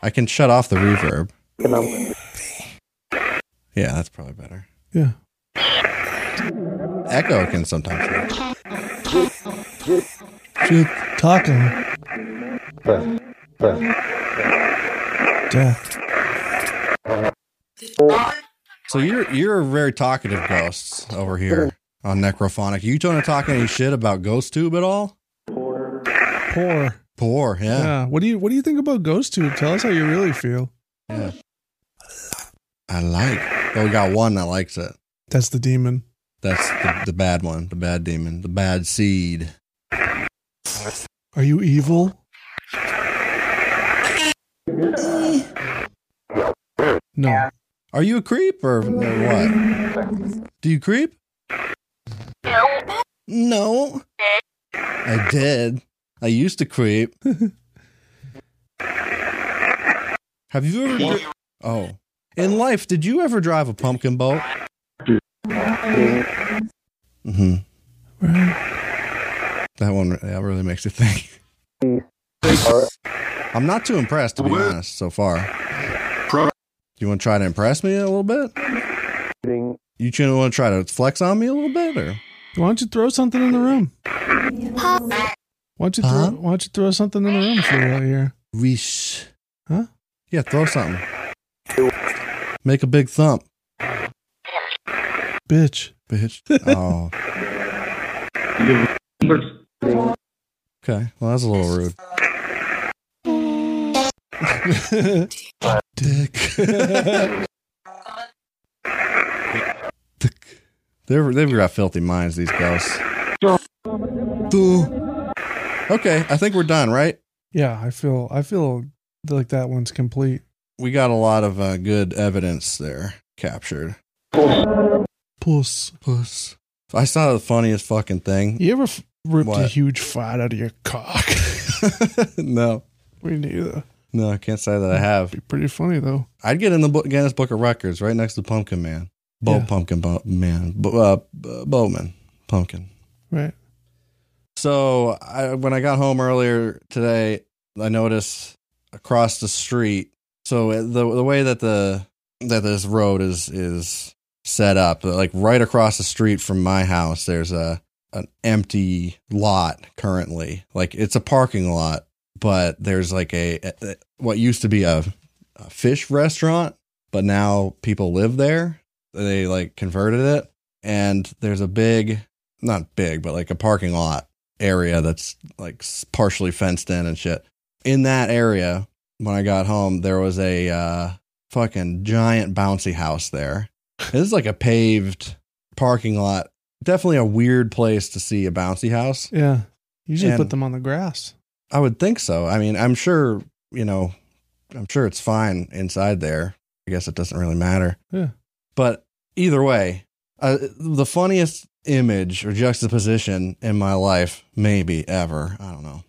I can shut off the reverb. Yeah, that's probably better.
Yeah.
Echo can sometimes. Work.
Chip taco. Death.
So you're you're a very talkative ghosts over here on necrophonic. You don't talk any shit about ghost tube at all?
Poor.
Poor,
Yeah.
yeah.
What do you What do you think about Ghost Tube? Tell us how you really feel.
I like. But we got one that likes it.
That's the demon.
That's the, the bad one, the bad demon, the bad seed.
Are you evil? No.
Are you a creep or, or what? Do you creep? No. I did. I used to creep. Have you ever? dri- oh, in life, did you ever drive a pumpkin boat? Mm-hmm. That one that really makes you think. I'm not too impressed, to be honest, so far. You want to try to impress me a little bit? You two want to try to flex on me a little bit, or
Why don't you throw something in the room? Why don't you throw
Huh?
Why don't you throw something in the room for real here?
reesh?
Huh?
Yeah, throw something. Make a big thump,
Bitch.
bitch. Oh. Okay. Well, that's a little rude. Dick. Dick. They're, they've got filthy minds, these ghosts. Okay, I think we're done, right?
Yeah, I feel I feel like that one's complete.
we got a lot of uh, good evidence there captured.
Puss.
Puss. I saw the funniest fucking thing.
You ever f- ripped a
What?
huge fat out of your cock?
no,
we knew that.
no, I can't say that I have.
Be pretty funny though.
I'd get in the book, Guinness Book of Records right next to Pumpkin Man. Bo
Yeah.
Pumpkin Bo- Man. Bo- uh, B- Bowman. Pumpkin.
Right.
So I, when I got home earlier today, I noticed across the street. So the the way that the that this road is is set up, like right across the street from my house, there's a an empty lot currently. Like it's a parking lot, but there's like a, a- what used to be a, a fish restaurant, but now people live there. They like converted it, and there's a big, not big, but like a parking lot area that's like s- partially fenced in and shit. In that area, when I got home, there was a uh, fucking giant bouncy house there. This is like a paved parking lot. Definitely a weird place to see a bouncy house.
Yeah. Usually
And-
put them on the grass.
I would think so. I mean, I'm sure, you know, I'm sure it's fine inside there. I guess it doesn't really matter.
Yeah.
But either way, uh, the funniest image or juxtaposition in my life, maybe ever, I don't know.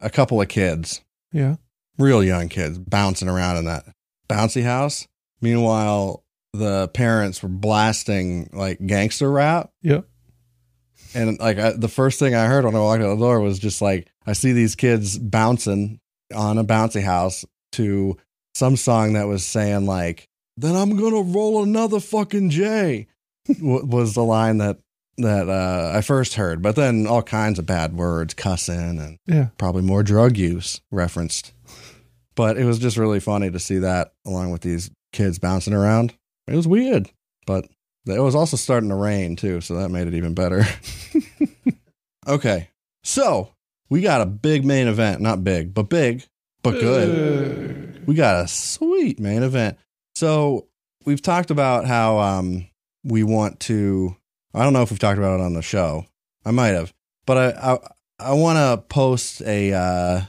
A couple of kids,
Yeah.
real young kids, bouncing around in that bouncy house. Meanwhile, the parents were blasting like gangster rap.
Yep.
And like I, the first thing I heard when I walked out the door was just like I see these kids bouncing on a bouncy house to some song that was saying like "Then I'm gonna roll another fucking J" wa- was the line that that uh, I first heard. But then all kinds of bad words, cussing, and
Yeah.
probably more drug use referenced. But it was just really funny to see that along with these kids bouncing around. It was weird, but it was also starting to rain too, so that made it even better. okay. So we got a big main event. Not big, but big, but good. We got a sweet main event. So we've talked about how um, we want to. I don't know if we've talked about it on the show. I might have, but I, I I want to post a. Uh,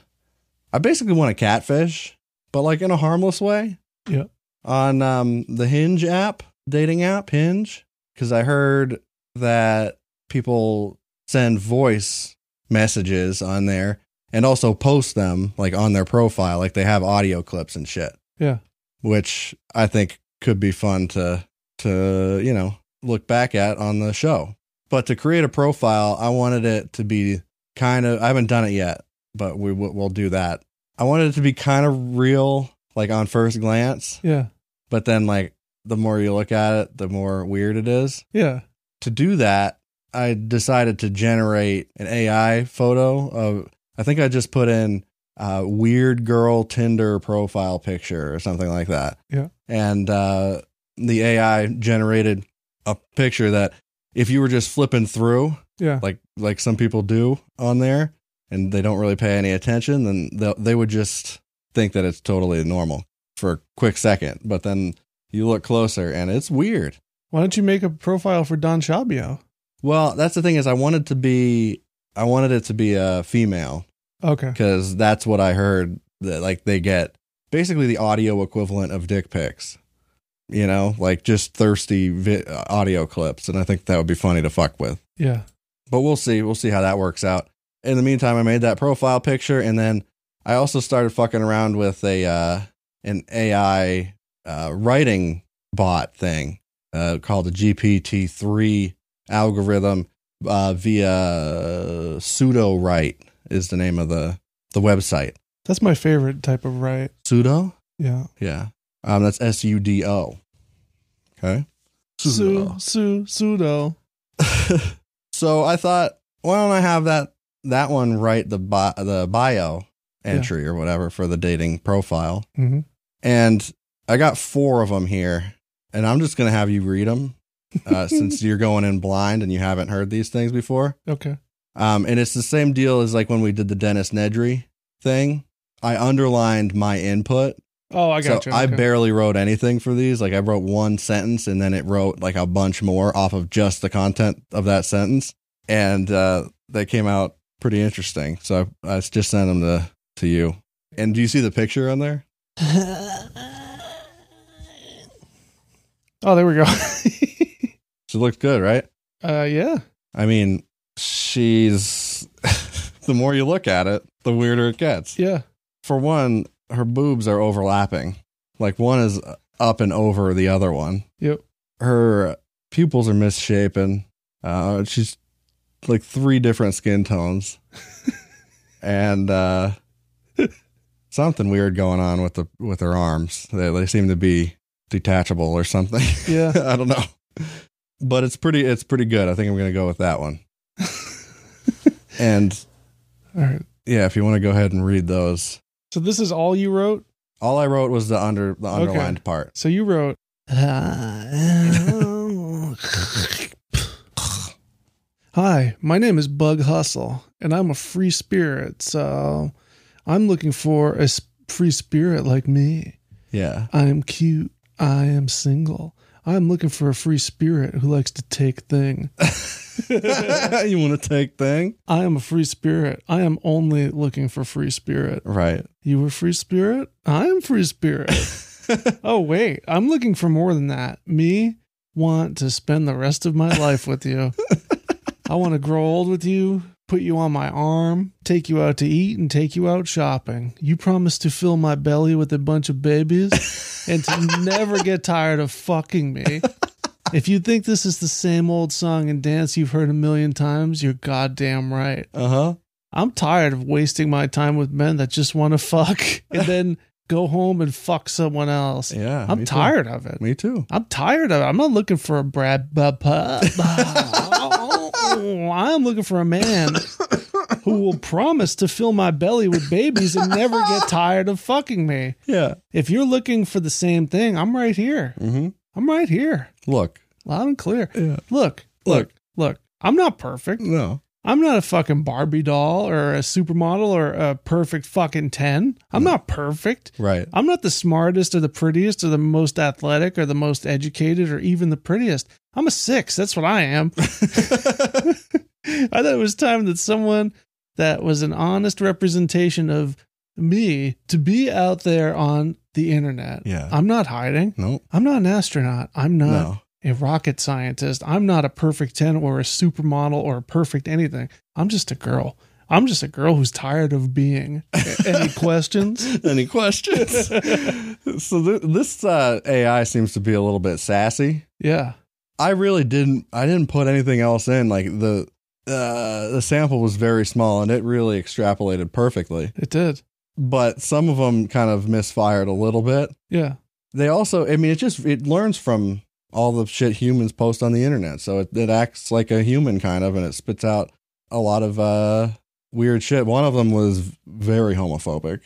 I basically want a catfish, but like in a harmless way.
Yeah.
On um, the Hinge app, dating app Hinge? Because I heard that people send voice messages on there and also post them like on their profile, like they have audio clips and shit.
Yeah.
Which I think could be fun to to, you know, look back at on the show. But to create a profile, I wanted it to be kind of I haven't done it yet, but we will we'll do that. I wanted it to be kind of real like on first glance
Yeah.
but then like the more you look at it the more weird it is
Yeah.
to do that i decided to generate an ai photo of i think i just put in uh, weird girl tinder profile picture or something like that
Yeah.
and uh, the ai generated a picture that if you were just flipping through
Yeah.
like like some people do on there and they don't really pay any attention then they'll- they would just think that it's totally normal for a quick second but then you look closer and it's weird
Why don't you make a profile for Don Shabio?
well that's the thing is i wanted to be i wanted it to be a female
Okay.
because that's what i heard that like they get basically the audio equivalent of dick pics you know like just thirsty vi- uh, audio clips and i think that would be funny to fuck with
Yeah.
but we'll see. We'll see how that works out. In the meantime, I made that profile picture, and then I also started fucking around with a uh, an AI uh, writing bot thing uh, called the GPT three algorithm uh, via pseudo write is the name of the the website.
That's my favorite type of right.
Pseudo,
Yeah.
yeah, um, that's S U D O. Okay,
Su su pseudo.
so I thought, why don't I have that that one write the bi- the bio entry or whatever for the dating profile?
Mm-hmm.
And I got four of them here, and I'm just gonna have you read them uh, since you're going in blind and you haven't heard these things before.
Okay.
Um, and it's the same deal as like when we did the Dennis Nedry thing. I underlined my input
Oh, I got
so
you.
I
Okay.
barely wrote anything for these. Like I wrote one sentence and then it wrote like a bunch more off of just the content of that sentence. And uh, they came out pretty interesting. So I, I just sent them to, to you. And do you see the picture on there?
Oh, there we go.
She looked good, right?
uh, yeah.
I mean, she's the more you look at it, the weirder it gets.
Yeah.
For one, her boobs are overlapping. Like one is up and over the other one.
Yep.
her pupils are misshapen. Uh, she's like three different skin tones, and uh, something weird going on with the with her arms. They they seem to be detachable or something.
Yeah.
I don't know, but it's pretty it's pretty good. I think I'm gonna go with that one. and
All right.
yeah, if you want to go ahead and read those,
So this is all you wrote.
all I wrote was the under the underlined part.
So you wrote. Hi, my name is Bug Hustle, and I'm a free spirit. So I'm looking for a s- free spirit like me.
Yeah,
I am cute. I am single. I'm looking for a free spirit who likes to take thing.
you want to take thing
I am a free spirit. I am only looking for free spirit.
right.
You were free spirit? I am free spirit. oh, wait. I'm looking for more than that. Me want to spend the rest of my life with you. I want to grow old with you, put you on my arm, take you out to eat, and take you out shopping. You promised to fill my belly with a bunch of babies and to never get tired of fucking me. If you think this is the same old song and dance you've heard a million times, you're goddamn right.
Uh huh.
I'm tired of wasting my time with men that just want to fuck and then go home and fuck someone else.
Yeah.
I'm
me too.
tired of it.
Me too.
I'm tired of it. I'm not looking for a Brad. bu- bu- bu- I'm looking for a man who will promise to fill my belly with babies and never get tired of fucking me.
Yeah.
If you're looking for the same thing, I'm right here.
hmm
I'm right here.
Look.
Loud and clear.
Yeah.
Look, look, look. I'm not perfect.
No.
I'm not a fucking Barbie doll or a supermodel or a perfect fucking 10. I'm not perfect.
Right.
I'm not the smartest or the prettiest or the most athletic or the most educated or even the prettiest. I'm a six. That's what I am. I thought it was time that someone that was an honest representation of me to be out there on the internet.
Yeah.
I'm not hiding.
Nope.
I'm not an astronaut. I'm not
No.
a rocket scientist. I'm not a perfect 10 or a supermodel or a perfect anything. I'm just a girl. I'm just a girl who's tired of being. Any questions?
Any questions? so th- this uh, AI seems to be a little bit sassy.
Yeah.
I really didn't. I didn't put anything else in. Like the uh, the sample was very small, and it really extrapolated perfectly.
It did.
But some of them kind of misfired a little bit.
Yeah.
They also, I mean, it just it learns from all the shit humans post on the internet, so it, it acts like a human kind of, and it spits out a lot of uh, weird shit. One of them was very homophobic.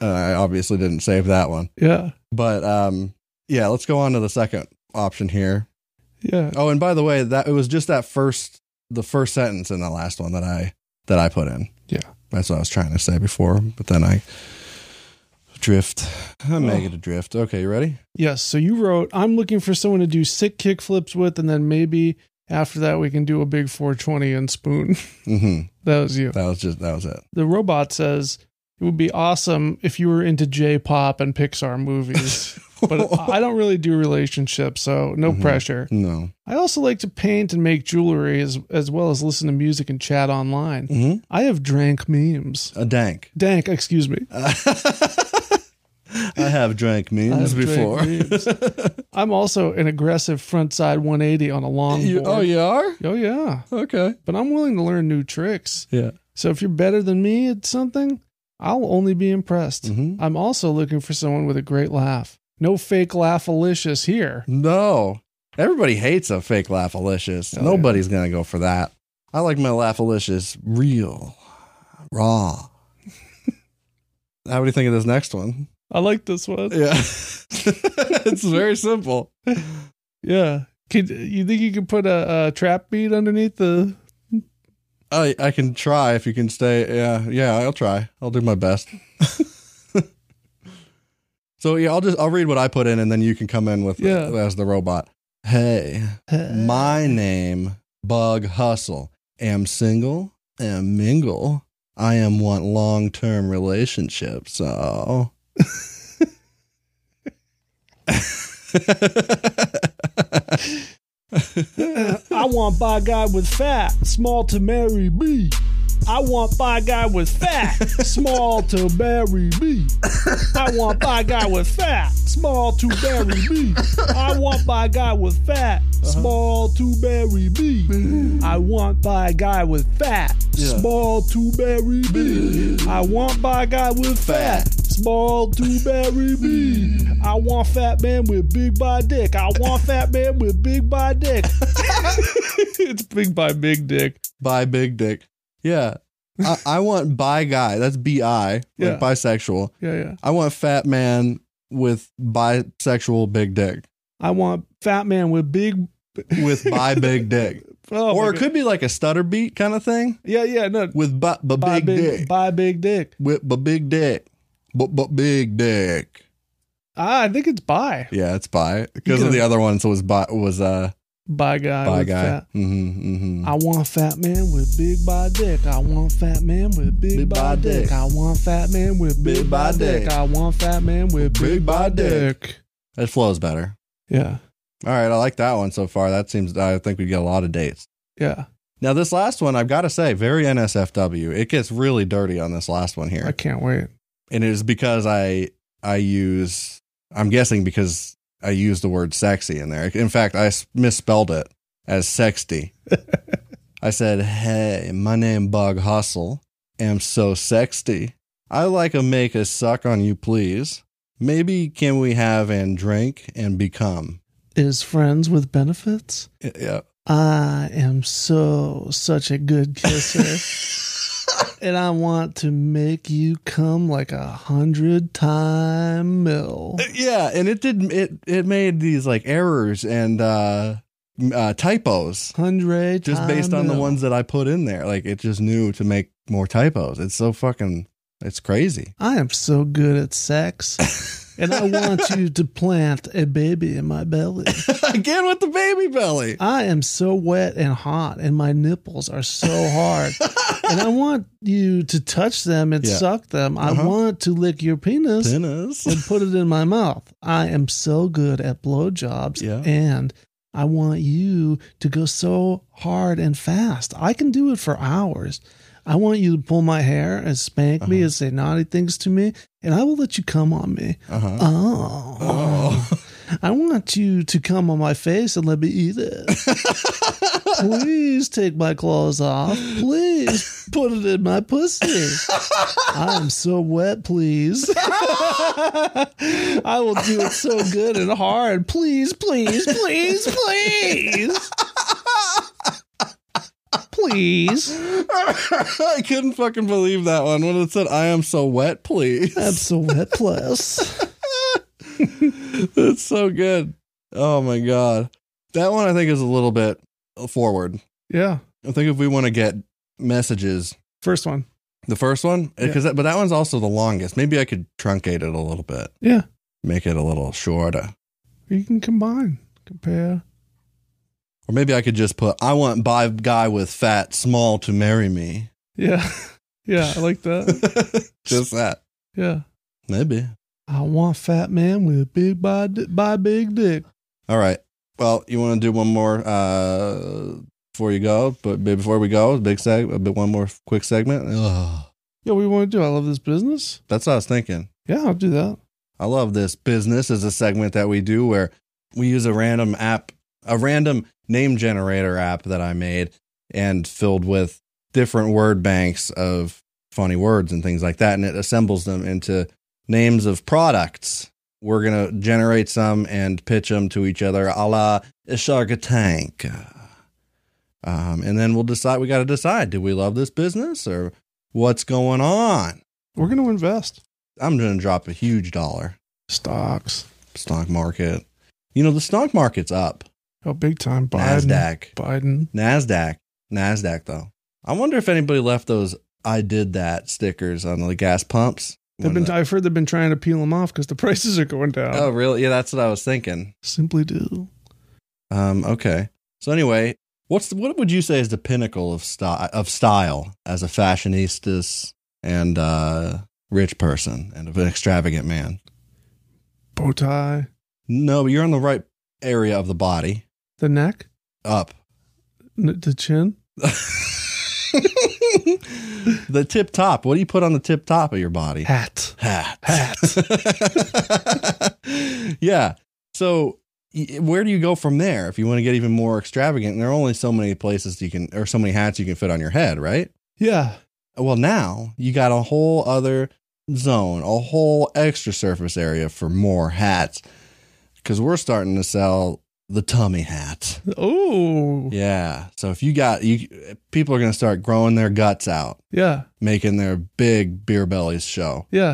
and I obviously didn't save that one,
Yeah.
but um, yeah, let's go on to the second option here.
Yeah.
Oh, and by the way, that it was just that first the first sentence in the last one that I that I put in.
Yeah.
That's what I was trying to say before, but then I drift. I make it a drift. Okay, you ready?
Yes. So you wrote, I'm looking for someone to do sick kick flips with, and then maybe after that we can do a big 420 and spoon.
Mm-hmm.
that was you.
That was just that was it.
The robot says, It would be awesome if you were into J pop and Pixar movies. but I don't really do relationships, so no
Mhm.
pressure.
No.
I also like to paint and make jewelry as, as well as listen to music and chat online.
Mm-hmm.
I have drank memes.
A dank.
Dank, excuse me.
Uh, I have drank memes
I have drank
before.
memes. I'm also an aggressive front side 180 on a long
You-
board.
oh, you are?
Oh, yeah.
Okay.
But I'm willing to learn new tricks.
Yeah.
So if you're better than me at something, I'll only be impressed.
Mhm.
I'm also looking for someone with a great laugh. No fake laugh-alicious here.
No. Everybody hates a fake laughalicious.
Oh,
Nobody's gonna go for that. I like my laughalicious real, raw. How do you think of this next one?
I like this one.
Yeah, it's very simple.
Yeah. Could, you think you could put a, a trap beat underneath the
Oh, I I can try if you can stay. Yeah, yeah, I'll try. I'll do my best. so yeah, I'll just I'll read what I put in, and then you can come in with
Yeah.
as the robot. Hey, My name, Bug Hustle, am single, am mingle. I am want long term relationship, so.
I want by guy with fat, small to marry me. I want by guy with fat, small to marry me. I want by guy with fat, small to marry me. I want by guy with fat,
Uh-huh.
small to marry me. I want by guy with fat,
Mm. Yeah. Mm.
small to marry me. I want by guy with fat, small to marry me.
Mm.
I want fat man with big by dick. I want fat man with big by dick. it's big by big dick.
By Big Dick. Yeah. I, I want bi guy. That's B I, like
Yeah.
bisexual.
Yeah, yeah.
I want fat man with bisexual big dick,
I want fat man with big.
with bi big dick.
Oh,
or
my
it
God.
could be like a stutter beat kind of thing
Yeah, yeah. No.
with bi, bi,
buy
big, dick.
Buy big dick.
with but big dick, but but big dick.
Ah, I think it's buy.
Yeah, it's bi because of
could've-
the other one. So it was bi was uh
Buy guy.
bi
with
guy.
fat.
Mm-hmm, mm-hmm.
I want fat man with big by dick. I want fat man with big,
Big
by
by
dick.
dick.
I want fat man with big,
Big
by
by
dick.
dick.
I want fat man with big,
Big
by
by
dick.
dick. It flows better.
Yeah.
All right, I like that one so far. That seems I think we get a lot of dates.
Yeah.
Now this last one, I've got to say, very NSFW. It gets really dirty on this last one here,
I can't wait.
and it is because I I use I'm guessing because I use the word sexy in there. In fact, I s- misspelled it as sexty. I said, "Hey, my name Bug Hustle. Am so sexy. I like a make a suck on you, please. Maybe can we have and drink and become?
Is friends with benefits?
Yeah,
I am so such a good kisser. and I want to make you come like a hundred time mill.
Uh, yeah. And it did. It it made these like errors and uh, m- uh typos
Hundred
just
time
based on the
mill.
ones that I put in there. Like it just knew to make more typos. It's so fucking. It's crazy.
I am so good at sex. and I want you to plant a baby in my belly.
Again with the baby belly.
I am so wet and hot, and my nipples are so hard. and I want you to touch them and
Yeah.
suck them. I
Uh-huh.
want to lick your penis
Dennis.
and put it in my mouth. I am so good at blowjobs.
Yeah.
And I want you to go so hard and fast. I can do it for hours. I want you to pull my hair and spank me and say naughty things to me, and I will let you come on me.
Uh-huh.
Oh.
Oh.
I want you to come on my face and let me eat it. Please take my clothes off. Please put it in my pussy. I am so wet, please. I will do it so good and hard. Please, please, please, please. Please.
I couldn't fucking believe that one when it said, I am so wet, please.
I'm so wet, plus.
That's so good. Oh my God. That one I think is a little bit forward.
Yeah.
I think if we want to get messages,
First one.
the first one, because that, but that one's also the longest. Maybe I could truncate it a little bit,
Yeah.
make it a little shorter.
You can combine, compare.
Or maybe I could just put, I want by guy with fat small to marry me.
Yeah. Yeah. I like that.
just that.
Yeah.
Maybe.
I want fat man with a big by, by big dick.
All right. Well, you want to do one more uh, before you go, but but before we go, big seg, a bit one more quick segment. Ugh.
Yo, what do you want to do? I love this business.
That's what I was thinking.
Yeah, I'll do that.
I love this business is a segment that we do where we use a random app, a random name generator app that I made and filled with different word banks of funny words and things like that. And it assembles them into names of products. We're going to generate some and pitch them to each other a la Shark Tank. Um, and then we'll decide, we got to decide do we love this business or what's going on?
We're going to invest.
I'm going to drop a huge dollar
Stocks.
stock market. You know, the stock market's up.
Oh, big time. Biden.
NASDAQ.
Biden.
NASDAQ. NASDAQ, though. I wonder if anybody left those I did that stickers on the gas pumps.
They've
When
been,
the-
I've heard they've been trying to peel them off because the prices are going down.
Oh, really? Yeah, that's what I was thinking.
Simply do.
Um, okay. So, anyway, what's the, what would you say is the pinnacle of, sty- of style as a fashionistas and uh, rich person and an extravagant man?
Bow tie.
No, you're on the right area of the body.
The neck.
Up.
N- the chin.
the tip top. What do you put on the tip top of your body?
Hat.
Hat.
Hat.
yeah. So y- where do you go from there if you want to get even more extravagant? And there are only so many places you can, or so many hats you can fit on your head, right?
Yeah.
Well, now you got a whole other zone, a whole extra surface area for more hats because we're starting to sell the tummy hat.
Oh. Yeah.
Yeah. So if you got you, people are going to start growing their guts out,
yeah.
making their big beer bellies show, and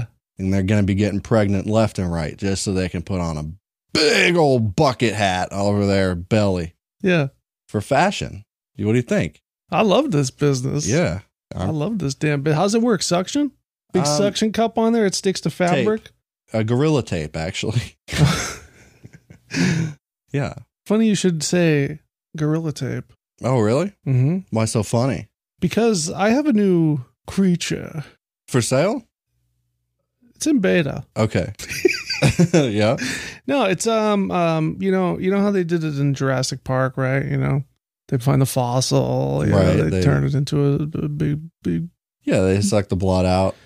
they're going to be getting pregnant left and right just so they can put on a big old bucket hat over their belly
Yeah.
for fashion. You- What do you think?
I love this business.
Yeah.
I love this damn bit. How's it work? Suction? Big
Um,
suction cup on there. It sticks to fabric.
A gorilla tape, actually. yeah.
Funny you should say gorilla tape.
Oh, really?
Mm-hmm.
Why so funny?
Because I have a new creature.
For sale?
It's in beta.
Okay. yeah.
No, it's um um you know you know how they did it in Jurassic Park, right? You know they find the fossil, you know,
Right,
they,
they-
turn it into a, a big big
Yeah. They suck the blood out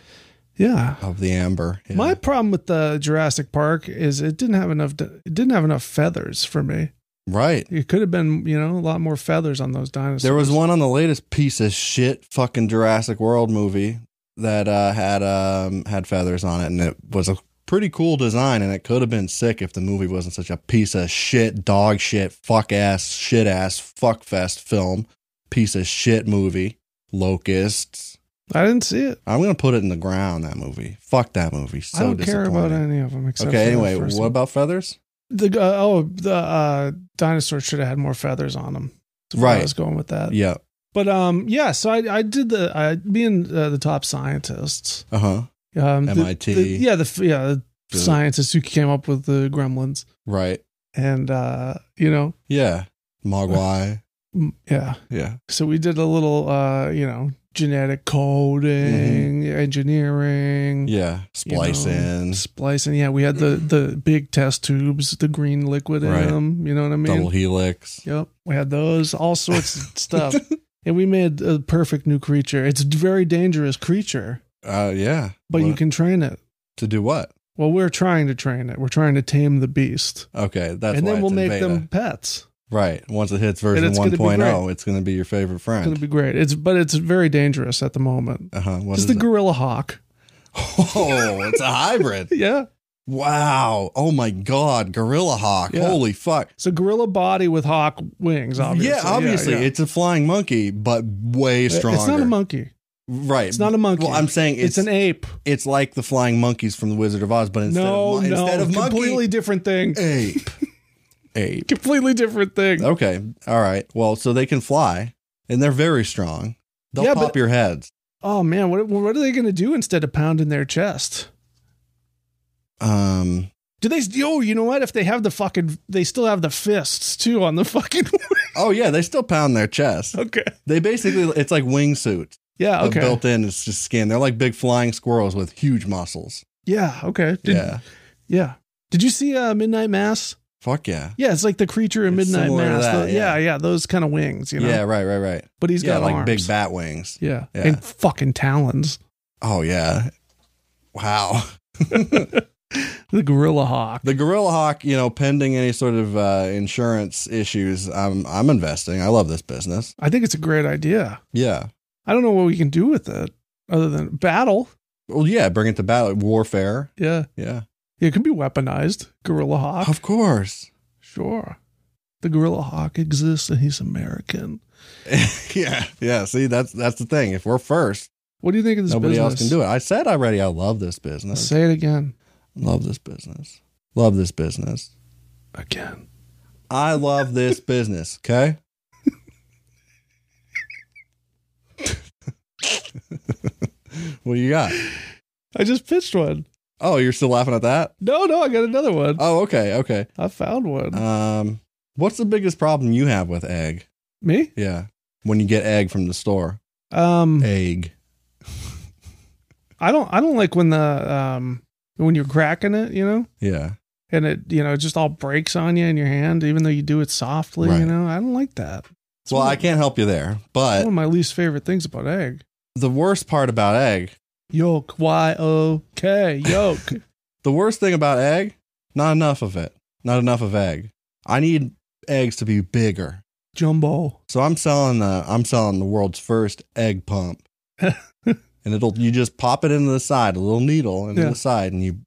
yeah.
of the amber. Yeah.
My problem with the Jurassic Park is it didn't have enough it didn't have enough feathers for me.
right.
It could have been you know a lot more feathers on those dinosaurs.
There was one on the latest piece of shit fucking Jurassic World movie that uh, had um, had feathers on it, and it was a pretty cool design, and it could have been sick if the movie wasn't such a piece of shit, dog shit, fuck ass, shit ass, fuck fest film, piece of shit movie. Locusts.
I didn't see it.
I'm gonna put it in the ground. That movie. Fuck that movie. So
I don't care about
disappointing.
any of them except for
Okay.
the
Anyway,
first
what
one.
about feathers?
the uh, oh the uh, dinosaurs should have had more feathers on them. That's where I
Right.
was going with that.
Yeah.
But um, yeah. So I I did the I me and uh, the top scientists.
Uh huh.
Um, the-
MIT.
the- yeah, the f- yeah the scientist who came up with the gremlins.
Right.
And, uh, you know,
Yeah. Mogwai.
mm, yeah.
yeah.
So we did a little, uh, you know, genetic coding, engineering,
Mm-hmm. Yeah.
you know,
Splicing.
splicing. Yeah, we had the the big test tubes, the green liquid
Right.
in them. You know what I mean?
double helix.
Yep, we had those, all sorts of stuff, and we made a perfect new creature. It's a very dangerous creature,
Uh, yeah.
but you
What-
can train it.
to do what?
Well, we're trying to train it. We're trying to tame the beast,
Okay, that's
and
why
then we'll
it's in
make
beta.
them pets.
right. Once it hits version
it's gonna be
1.0, it's going to be your favorite
It's gonna
friend.
be great. It's but it's very dangerous at the moment.
Uh huh. What
It's
is
the
it?
gorilla hawk.
oh, it's a hybrid.
Yeah,
Wow. Oh my God. Gorilla Hawk.
Yeah.
Holy fuck.
it's a gorilla body with hawk wings. Obviously,
yeah, obviously.
yeah.
It's a flying monkey, but way stronger.
It's not a monkey.
Right.
It's not a monkey.
Well, I'm saying
It's,
it's,
an ape.
it's like the flying monkeys from The Wizard of Oz, but instead
no,
of, mon-
no,
instead of monkey,
completely different thing.
ape. ape.
Completely different thing.
Okay. All right. Well, so they can fly and they're very strong. They'll
Yeah,
pop
but-
your heads.
Oh man, what what are they going to do instead of pounding their chest?
Um,
Do they? Oh, you know what? If they have the fucking, they still have the fists too on the fucking.
Oh yeah, they still pound their chest.
okay.
They basically it's like wingsuits.
Yeah.
but
Okay.
Built in, it's just skin. They're like big flying squirrels with huge muscles.
Yeah. Okay. Did,
yeah.
Yeah. Did you see uh, Midnight Mass?
Fuck yeah.
Yeah, it's like the creature in
It's
Midnight
similar to
Mass.
that,
The- yeah.
yeah.
yeah, Those kind of wings, you know.
Yeah, right, right, right.
But he's
yeah,
got
like
arms.
big bat wings.
Yeah.
Yeah.
And fucking talons.
Oh yeah. Wow.
The gorilla hawk.
The Gorilla Hawk, you know, pending any sort of uh, insurance issues, I'm I'm investing. I love this business.
I think it's a great idea.
Yeah.
I don't know what we can do with it other than battle.
Well, yeah, bring it to battle warfare.
Yeah.
Yeah.
Yeah, It can be weaponized. Gorilla hawk.
Of course.
Sure. The gorilla hawk exists and he's American.
yeah. Yeah. See, that's that's the thing. If we're first,
What do you think of this
nobody
business?
else can do it. I said already I love this business.
Say it again.
Love this business. Love this business.
Again.
I love this business. Okay. what do you got?
I just pitched one.
Oh, you're still laughing at that?
No, no, I got another one.
Oh, okay, okay.
I found one.
Um, what's the biggest problem you have with egg?
Me?
Yeah, when you get egg from the store,
Um
egg.
I don't I don't like when the um when you're cracking it, you know?
Yeah,
And it you know, it just all breaks on you in your hand, even though you do it softly, you
Right.
know. I don't like that. It's
well,
one
I
of-
can't help you there,
one
but
of my least favorite things about egg.
the worst part about egg
Yolk, Y O K, yolk.
The worst thing about egg, not enough of it. Not enough of egg. I need eggs to be bigger.
Jumbo.
So I'm selling the I'm selling the world's first egg pump. and it'll you just pop it into the side, a little needle into
Yeah.
the side and you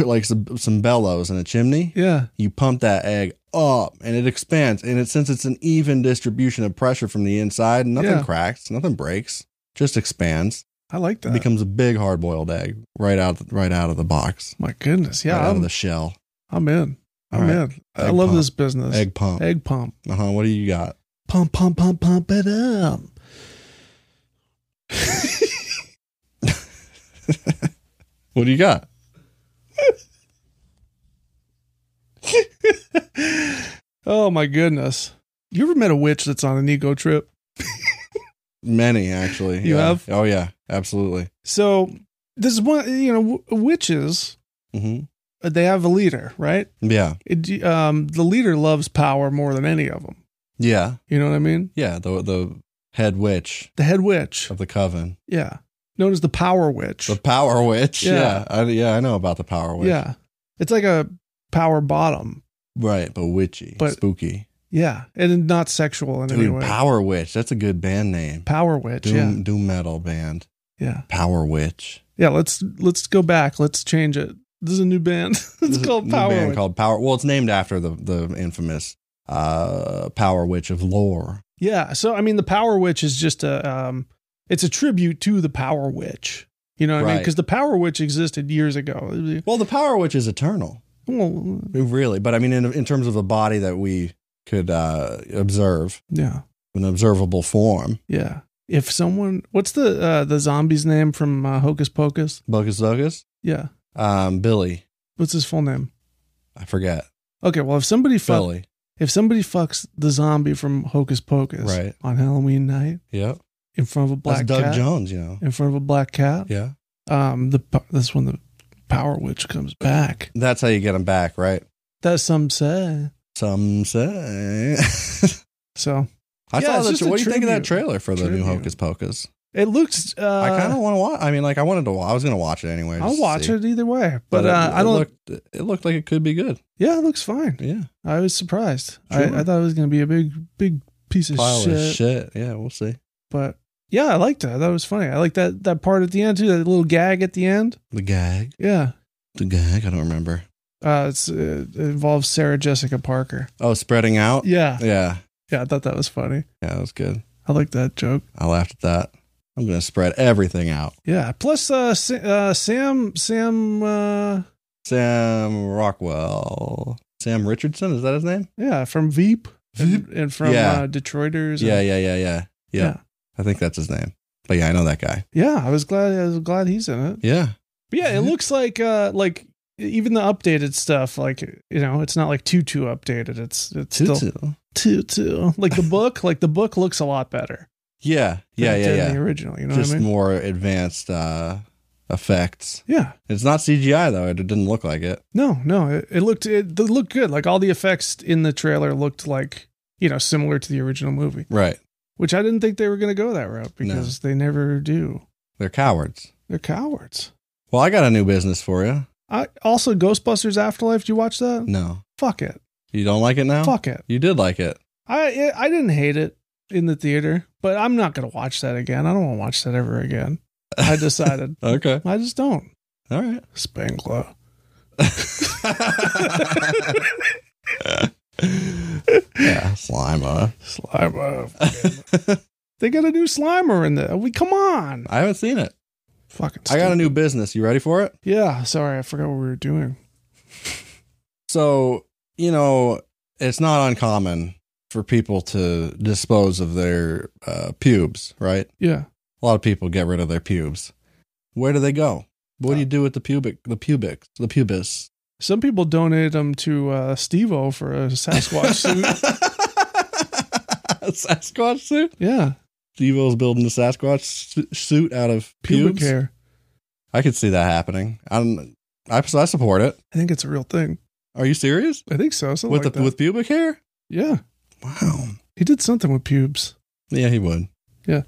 like some, some bellows in a chimney.
Yeah.
You pump that egg up and it expands and it since it's an even distribution of pressure from the inside, nothing
Yeah.
cracks, nothing breaks, just expands.
I like that.
It becomes a big hard-boiled egg right out right out of the box.
My goodness, yeah,
right out
I'm,
of the shell.
I'm in.
All
I'm
right.
in. I
Egg
love
pump.
this business.
Egg pump.
Egg pump.
Uh huh. What do you got?
Pump, pump, pump, pump it up.
What do you got?
Oh my goodness. You ever met a witch that's on an ego trip?
Many actually.
You
Yeah.
have?
Oh yeah, absolutely.
So this is one, you know, w- witches,
hmm
they have a leader, right?
Yeah.
It, um, the leader loves power more than any of them.
Yeah.
You know what I mean?
Yeah. The the head witch
The head witch.
of the coven,
Yeah. Known as the power witch.
the power witch.
Yeah.
Yeah. I, yeah. I know about the power witch.
Yeah. It's like a power bottom.
Right, but witchy,
But-
spooky.
Yeah. And not sexual in
Dude,
any way.
Power Witch. That's a good band name.
power witch.
Doom doom metal band.
Yeah. Yeah.
Power Witch.
Yeah, let's let's go back. Let's change it. This is a new band.
This
it's
is a
called
new
Power.
Band
Witch.
called Power. Well, it's named after the the infamous uh, Power Witch of lore.
yeah, so I mean, the Power Witch is just a um, it's a tribute to the Power Witch. You know what I mean?
Right.
Because the Power Witch existed years ago.
Well, the Power Witch is eternal.
Well,
Really, but I mean, in, in terms of a body that we could uh, observe,
yeah,
an observable form,
yeah. If someone, what's the uh, the zombie's name from uh, Hocus Pocus?
Buckus Zuckus,
Yeah,
um, Billy.
What's his full name?
I forget.
Okay, well if somebody fuck,
Billy.
if somebody fucks the zombie from Hocus Pocus
Right.
on Halloween night
Yep.
in front of a black
That's Doug
cat,
Jones, you know.
in front of a black cat,
Yeah.
um, the po- that's when the power witch comes back.
That's how you get him back, right?
That some say.
Some say.
So
I
Yeah, it's
saw the
just a
tra- What do you think of that
tribute.
trailer for the new
Tribute.
Hocus Pocus?
it looks. Uh,
I kind of want to watch. I mean, like, I wanted to. wa- I was going to watch it anyway. just
I'll
to
watch
see.
it either way, but, uh,
it,
I
it
don't.
Looked, it looked like it could be good.
yeah, it looks fine.
Yeah.
I was surprised.
Sure.
I, I thought it was going to be a big, big piece of
Pile
shit,
of shit. Yeah, we'll see.
But yeah, I liked it. That was funny. I like that that part at the end too. That little gag at the end.
The gag.
Yeah,
The gag. I don't remember.
uh, it's, uh, it involves Sarah Jessica Parker.
Oh, spreading out.
Yeah,
Yeah.
yeah. I thought that was funny.
Yeah, that was good.
I like that joke.
I laughed at that. I'm going to spread everything out.
Yeah. Plus, uh, Sa- uh Sam Sam uh,
Sam Rockwell. Sam Richardson. Is that his name?
yeah from Veep,
Veep?
And, and from
Yeah.
uh, Detroiters.
Yeah,
and-
yeah, yeah, yeah, yeah. I think that's his name. But yeah, I know that guy.
yeah, yeah. I was glad. I was glad he's in it.
Yeah.
But yeah, it looks like uh like even the updated stuff, like you know, it's not like too too updated. It's it's still
Tutu.
too too like the book. like the book looks a lot better.
Yeah,
than
yeah,
it
yeah,
did
yeah.
In the original, you know
Just
what I mean?
more advanced uh effects.
yeah.
It's not CGI though. It didn't look like it.
No, no, it, it looked it, it looked good. Like all the effects in the trailer looked like you know similar to the original movie,
Right.
which I didn't think they were going to go that route
No.
because they never do.
They're cowards.
They're cowards.
Well, I got a new business for you.
I also Ghostbusters Afterlife. Did you watch that?
No.
Fuck it.
You don't like it now?
Fuck it.
You did like it.
I I didn't hate it in the theater, but I'm not gonna watch that again. I don't want to watch that ever again. I decided.
Okay.
I just don't.
All right.
Spangler.
yeah, Slima.
Slimer.
I
They got a new Slimer in there. We come on.
haven't seen it.
Fucking.
I got a
stupid.
new business. You ready for it?
Yeah. Sorry, I forgot what we were doing.
So, you know, it's not uncommon for people to dispose of their uh, pubes, right?
Yeah.
A lot of people get rid of their pubes. Where do they go? What do you do with the pubic, the pubic, the pubis?
Some people donated them to uh, Steve-O for a Sasquatch suit.
Sasquatch suit?
Yeah.
Devo's building a Sasquatch su- suit out of
Pubic
pubes.
hair.
I could see that happening. I'm, I, I support it.
I think it's a real thing.
Are you serious?
I think so. Something
With
like
the
that.
with pubic hair?
yeah.
Wow.
He did something with pubes.
Yeah, he would.
Yeah.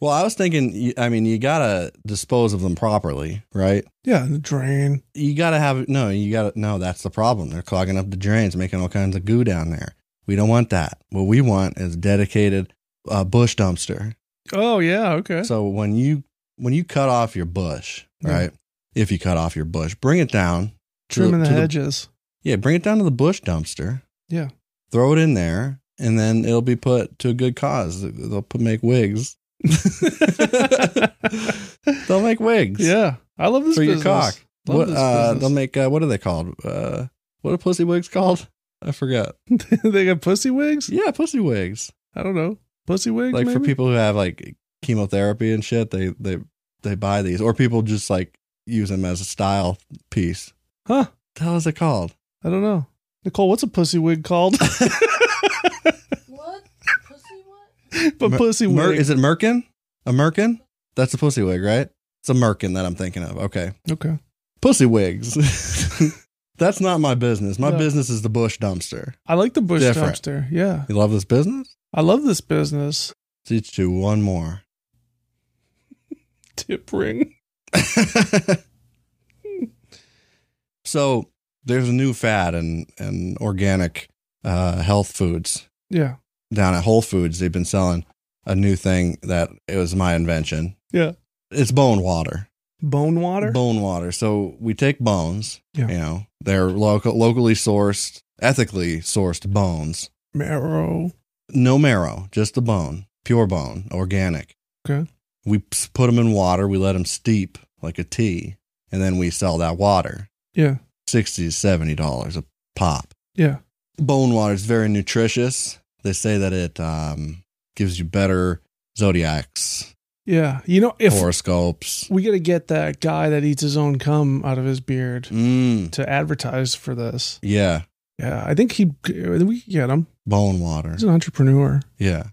Well, I was thinking. you- I mean, you gotta dispose of them properly, right?
Yeah. The drain.
You gotta have no. You gotta no. That's the problem. They're clogging up the drains, making all kinds of goo down there. We don't want that. What we want is dedicated uh, bush dumpster.
Oh yeah. Okay.
So when you when you cut off your bush,
Yeah.
right? If you cut off your bush, bring it down. to
Trimming the
to
hedges.
Yeah, bring it down to the bush dumpster.
Yeah.
Throw it in there, and then it'll be put to a good cause. They'll put, make wigs. they'll make wigs.
Yeah, I love this
for your
business.
cock.
Love
What,
this
uh, they'll
business.
make uh, what are they called? Uh, what are pussy wigs called? I forget.
they got pussy wigs.
Yeah, pussy wigs.
I don't know pussy wigs.
Like for
maybe?
people who have like chemotherapy and shit, they they they buy these, or people just like use them as a style piece.
huh?
The hell is it called?
I don't know. Nicole, what's a pussy wig called?
What? Pussy what?
but
Mer-
pussy wig.
Mer- is it merkin? A merkin? That's a pussy wig, right? It's a merkin that I'm thinking of. Okay,
okay.
pussy wigs. That's not my business. My
No.
business is the bush dumpster.
I like the bush
Different.
dumpster. Yeah,
You love this business?
I love this business.
Teach you one more.
Tip ring.
so there's a new fad in, in organic uh, health foods
Yeah,
down at Whole Foods. They've been selling a new thing that it was my invention.
yeah.
It's bone water.
Bone water.
Bone water. So we take bones.
Yeah.
You know, they're local, locally sourced, ethically sourced bones.
Marrow.
No marrow, just the bone, pure bone, organic.
Okay.
We p- put them in water. We let them steep like a tea, and then we sell that water.
Yeah,
60 to 70 dollars a pop
yeah.
bone water is very nutritious they say that it um, gives you better zodiacs
Yeah. You know, if
horoscopes.
we got to get that guy that eats his own cum out of his beard
Mm,
to advertise for this.
yeah.
Yeah. I think he, I think we could get him.
Bone water.
He's an entrepreneur.
Yeah.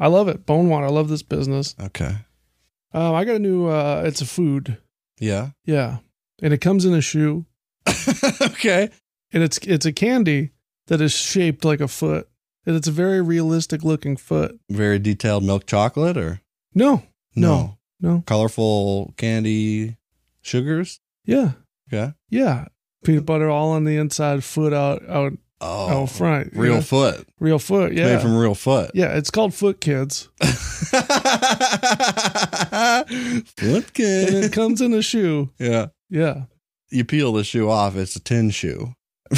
I love it. Bone water. I love this business.
Okay.
Um, I got a new, uh, it's a food.
Yeah.
Yeah. And it comes in a shoe
okay.
and it's, it's a candy that is shaped like a foot and it's a very realistic looking foot.
Very detailed milk chocolate or
No, No. no.
Colorful candy sugars.
Yeah.
Okay.
Yeah. Peanut butter all on the inside, foot out, out,
Oh,
out front. you
real
know?
foot.
real foot.
It's Made
Yeah.
from real foot.
Yeah. It's called Foot Kids.
foot
and it
kid.
comes in a shoe.
Yeah.
Yeah.
You peel the shoe off. It's a tin shoe.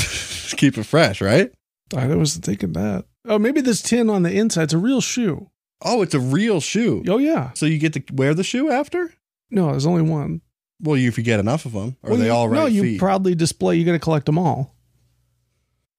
Keep it fresh, right?
I wasn't thinking that. Oh, maybe this tin on the inside's a real shoe.
Oh, it's a real shoe.
Oh yeah.
So you get to wear the shoe after?
No, there's only one.
Well, you, if you get enough of them, are
Well,
they
you-
all right?
No, you
feet?
probably display. You got to collect them all.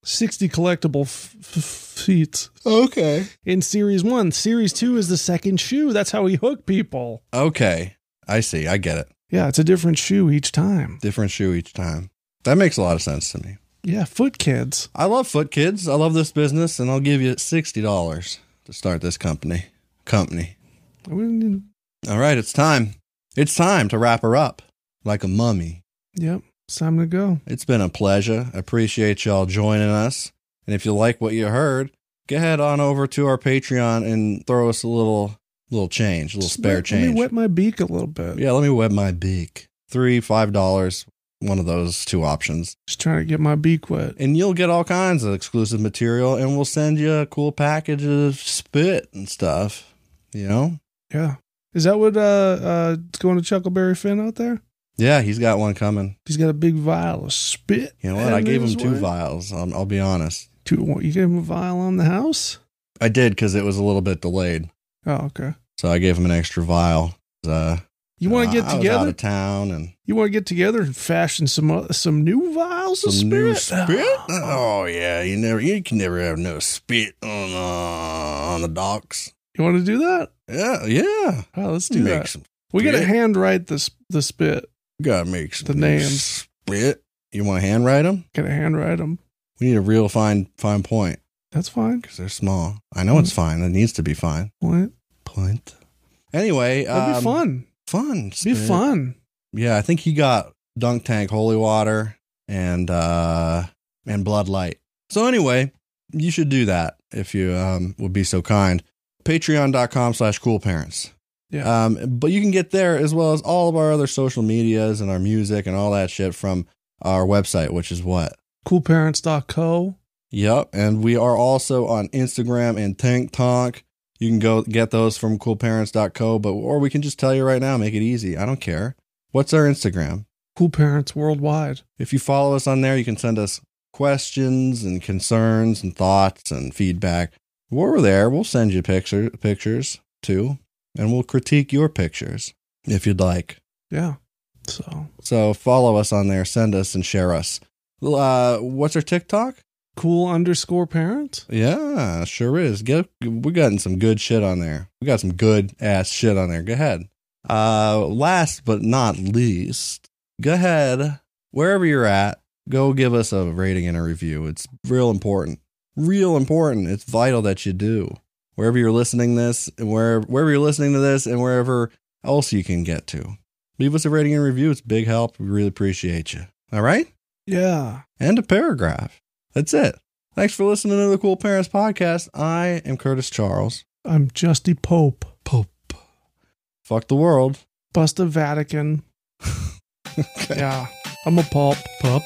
Sixty collectible f- f- feet
okay.
in series one. Series two is the second shoe. That's how we hook people.
Okay, I see. I get it.
Yeah, it's a different shoe each time.
Different shoe each time. That makes a lot of sense to me.
Yeah, foot kids.
I love Foot Kids. I love this business, and I'll give you sixty dollars to start this company. Company.
I wouldn't-
All right, it's time. It's time to wrap her up like a mummy.
Yep, it's time to go.
It's been a pleasure. Appreciate y'all joining us. And if you like what you heard, go ahead on over to our Patreon and throw us a little little change, a little
Just
spare
let,
change.
Let me wet my beak a little bit.
Yeah, let me wet my beak. Three, five dollars, one of those two options.
Just trying to get my beak wet.
And you'll get all kinds of exclusive material and we'll send you a cool package of spit and stuff. You know?
Yeah. Is that what uh uh it's going to Chuckleberry Finn out there?
Yeah, he's got one coming.
He's got a big vial of spit.
You know what? I
heading
gave him
his
two
way.
vials. I'll, I'll be honest.
Two. what, You gave him a vial on the house.
I did because it was a little bit delayed.
Oh, okay.
So I gave him an extra vial. Uh,
You want
uh,
to
I
get
was out
together?
of town and
You want to get together and fashion some uh, some new vials
some
of spit?
new spit. Oh yeah, you never, you can never have no spit on uh, on the docks.
You want to do that?
Yeah, yeah.
Oh, let's do
make
that.
some.
We got to
spit.
handwrite this the spit.
Gotta make some
The names.
Spit. You want to handwrite them?
Got to handwrite them.
We need a real fine fine point
That's fine.
because they're small. I know
Mm.
it's fine. It needs to be fine.
What?
Point. Anyway,
That'd
um,
be fun.
Fun.
Be
spit.
fun.
Yeah, I think he got Dunk Tank Holy Water and uh and Blood Light. So anyway, you should do that if you um would be so kind. Patreon.com slash cool parents.
Yeah.
Um but you can get there as well as all of our other social medias and our music and all that shit from our website, which is what?
Coolparents.co.
Yep. And we are also on Instagram and Tank Tonk. You can go get those from coolparents.co, but or we can just tell you right now, make it easy. I don't care. What's our Instagram?
Cool parents worldwide.
If you follow us on there, you can send us questions and concerns and thoughts and feedback. While we're there, we'll send you picture, pictures too, and we'll critique your pictures if you'd like.
Yeah. So
So follow us on there, send us and share us. Uh, what's our TikTok?
cool underscore parent.
Yeah, sure is. Get, we gotten some good shit on there. We got some good ass shit on there. Go ahead. Uh, last but not least, go ahead wherever you're at. Go give us a rating and a review. It's real important. Real important. It's vital that you do wherever you're listening this and where wherever you're listening to this and wherever else you can get to. Leave us a rating and review. It's a big help. We really appreciate you. All right
Yeah.
and a paragraph. That's it. Thanks for listening to the Cool Parents Podcast. I am Curtis Charles.
I'm Justy Pope.
Pope. Fuck the world.
Bust the Vatican. Yeah. I'm a pulp. Pup.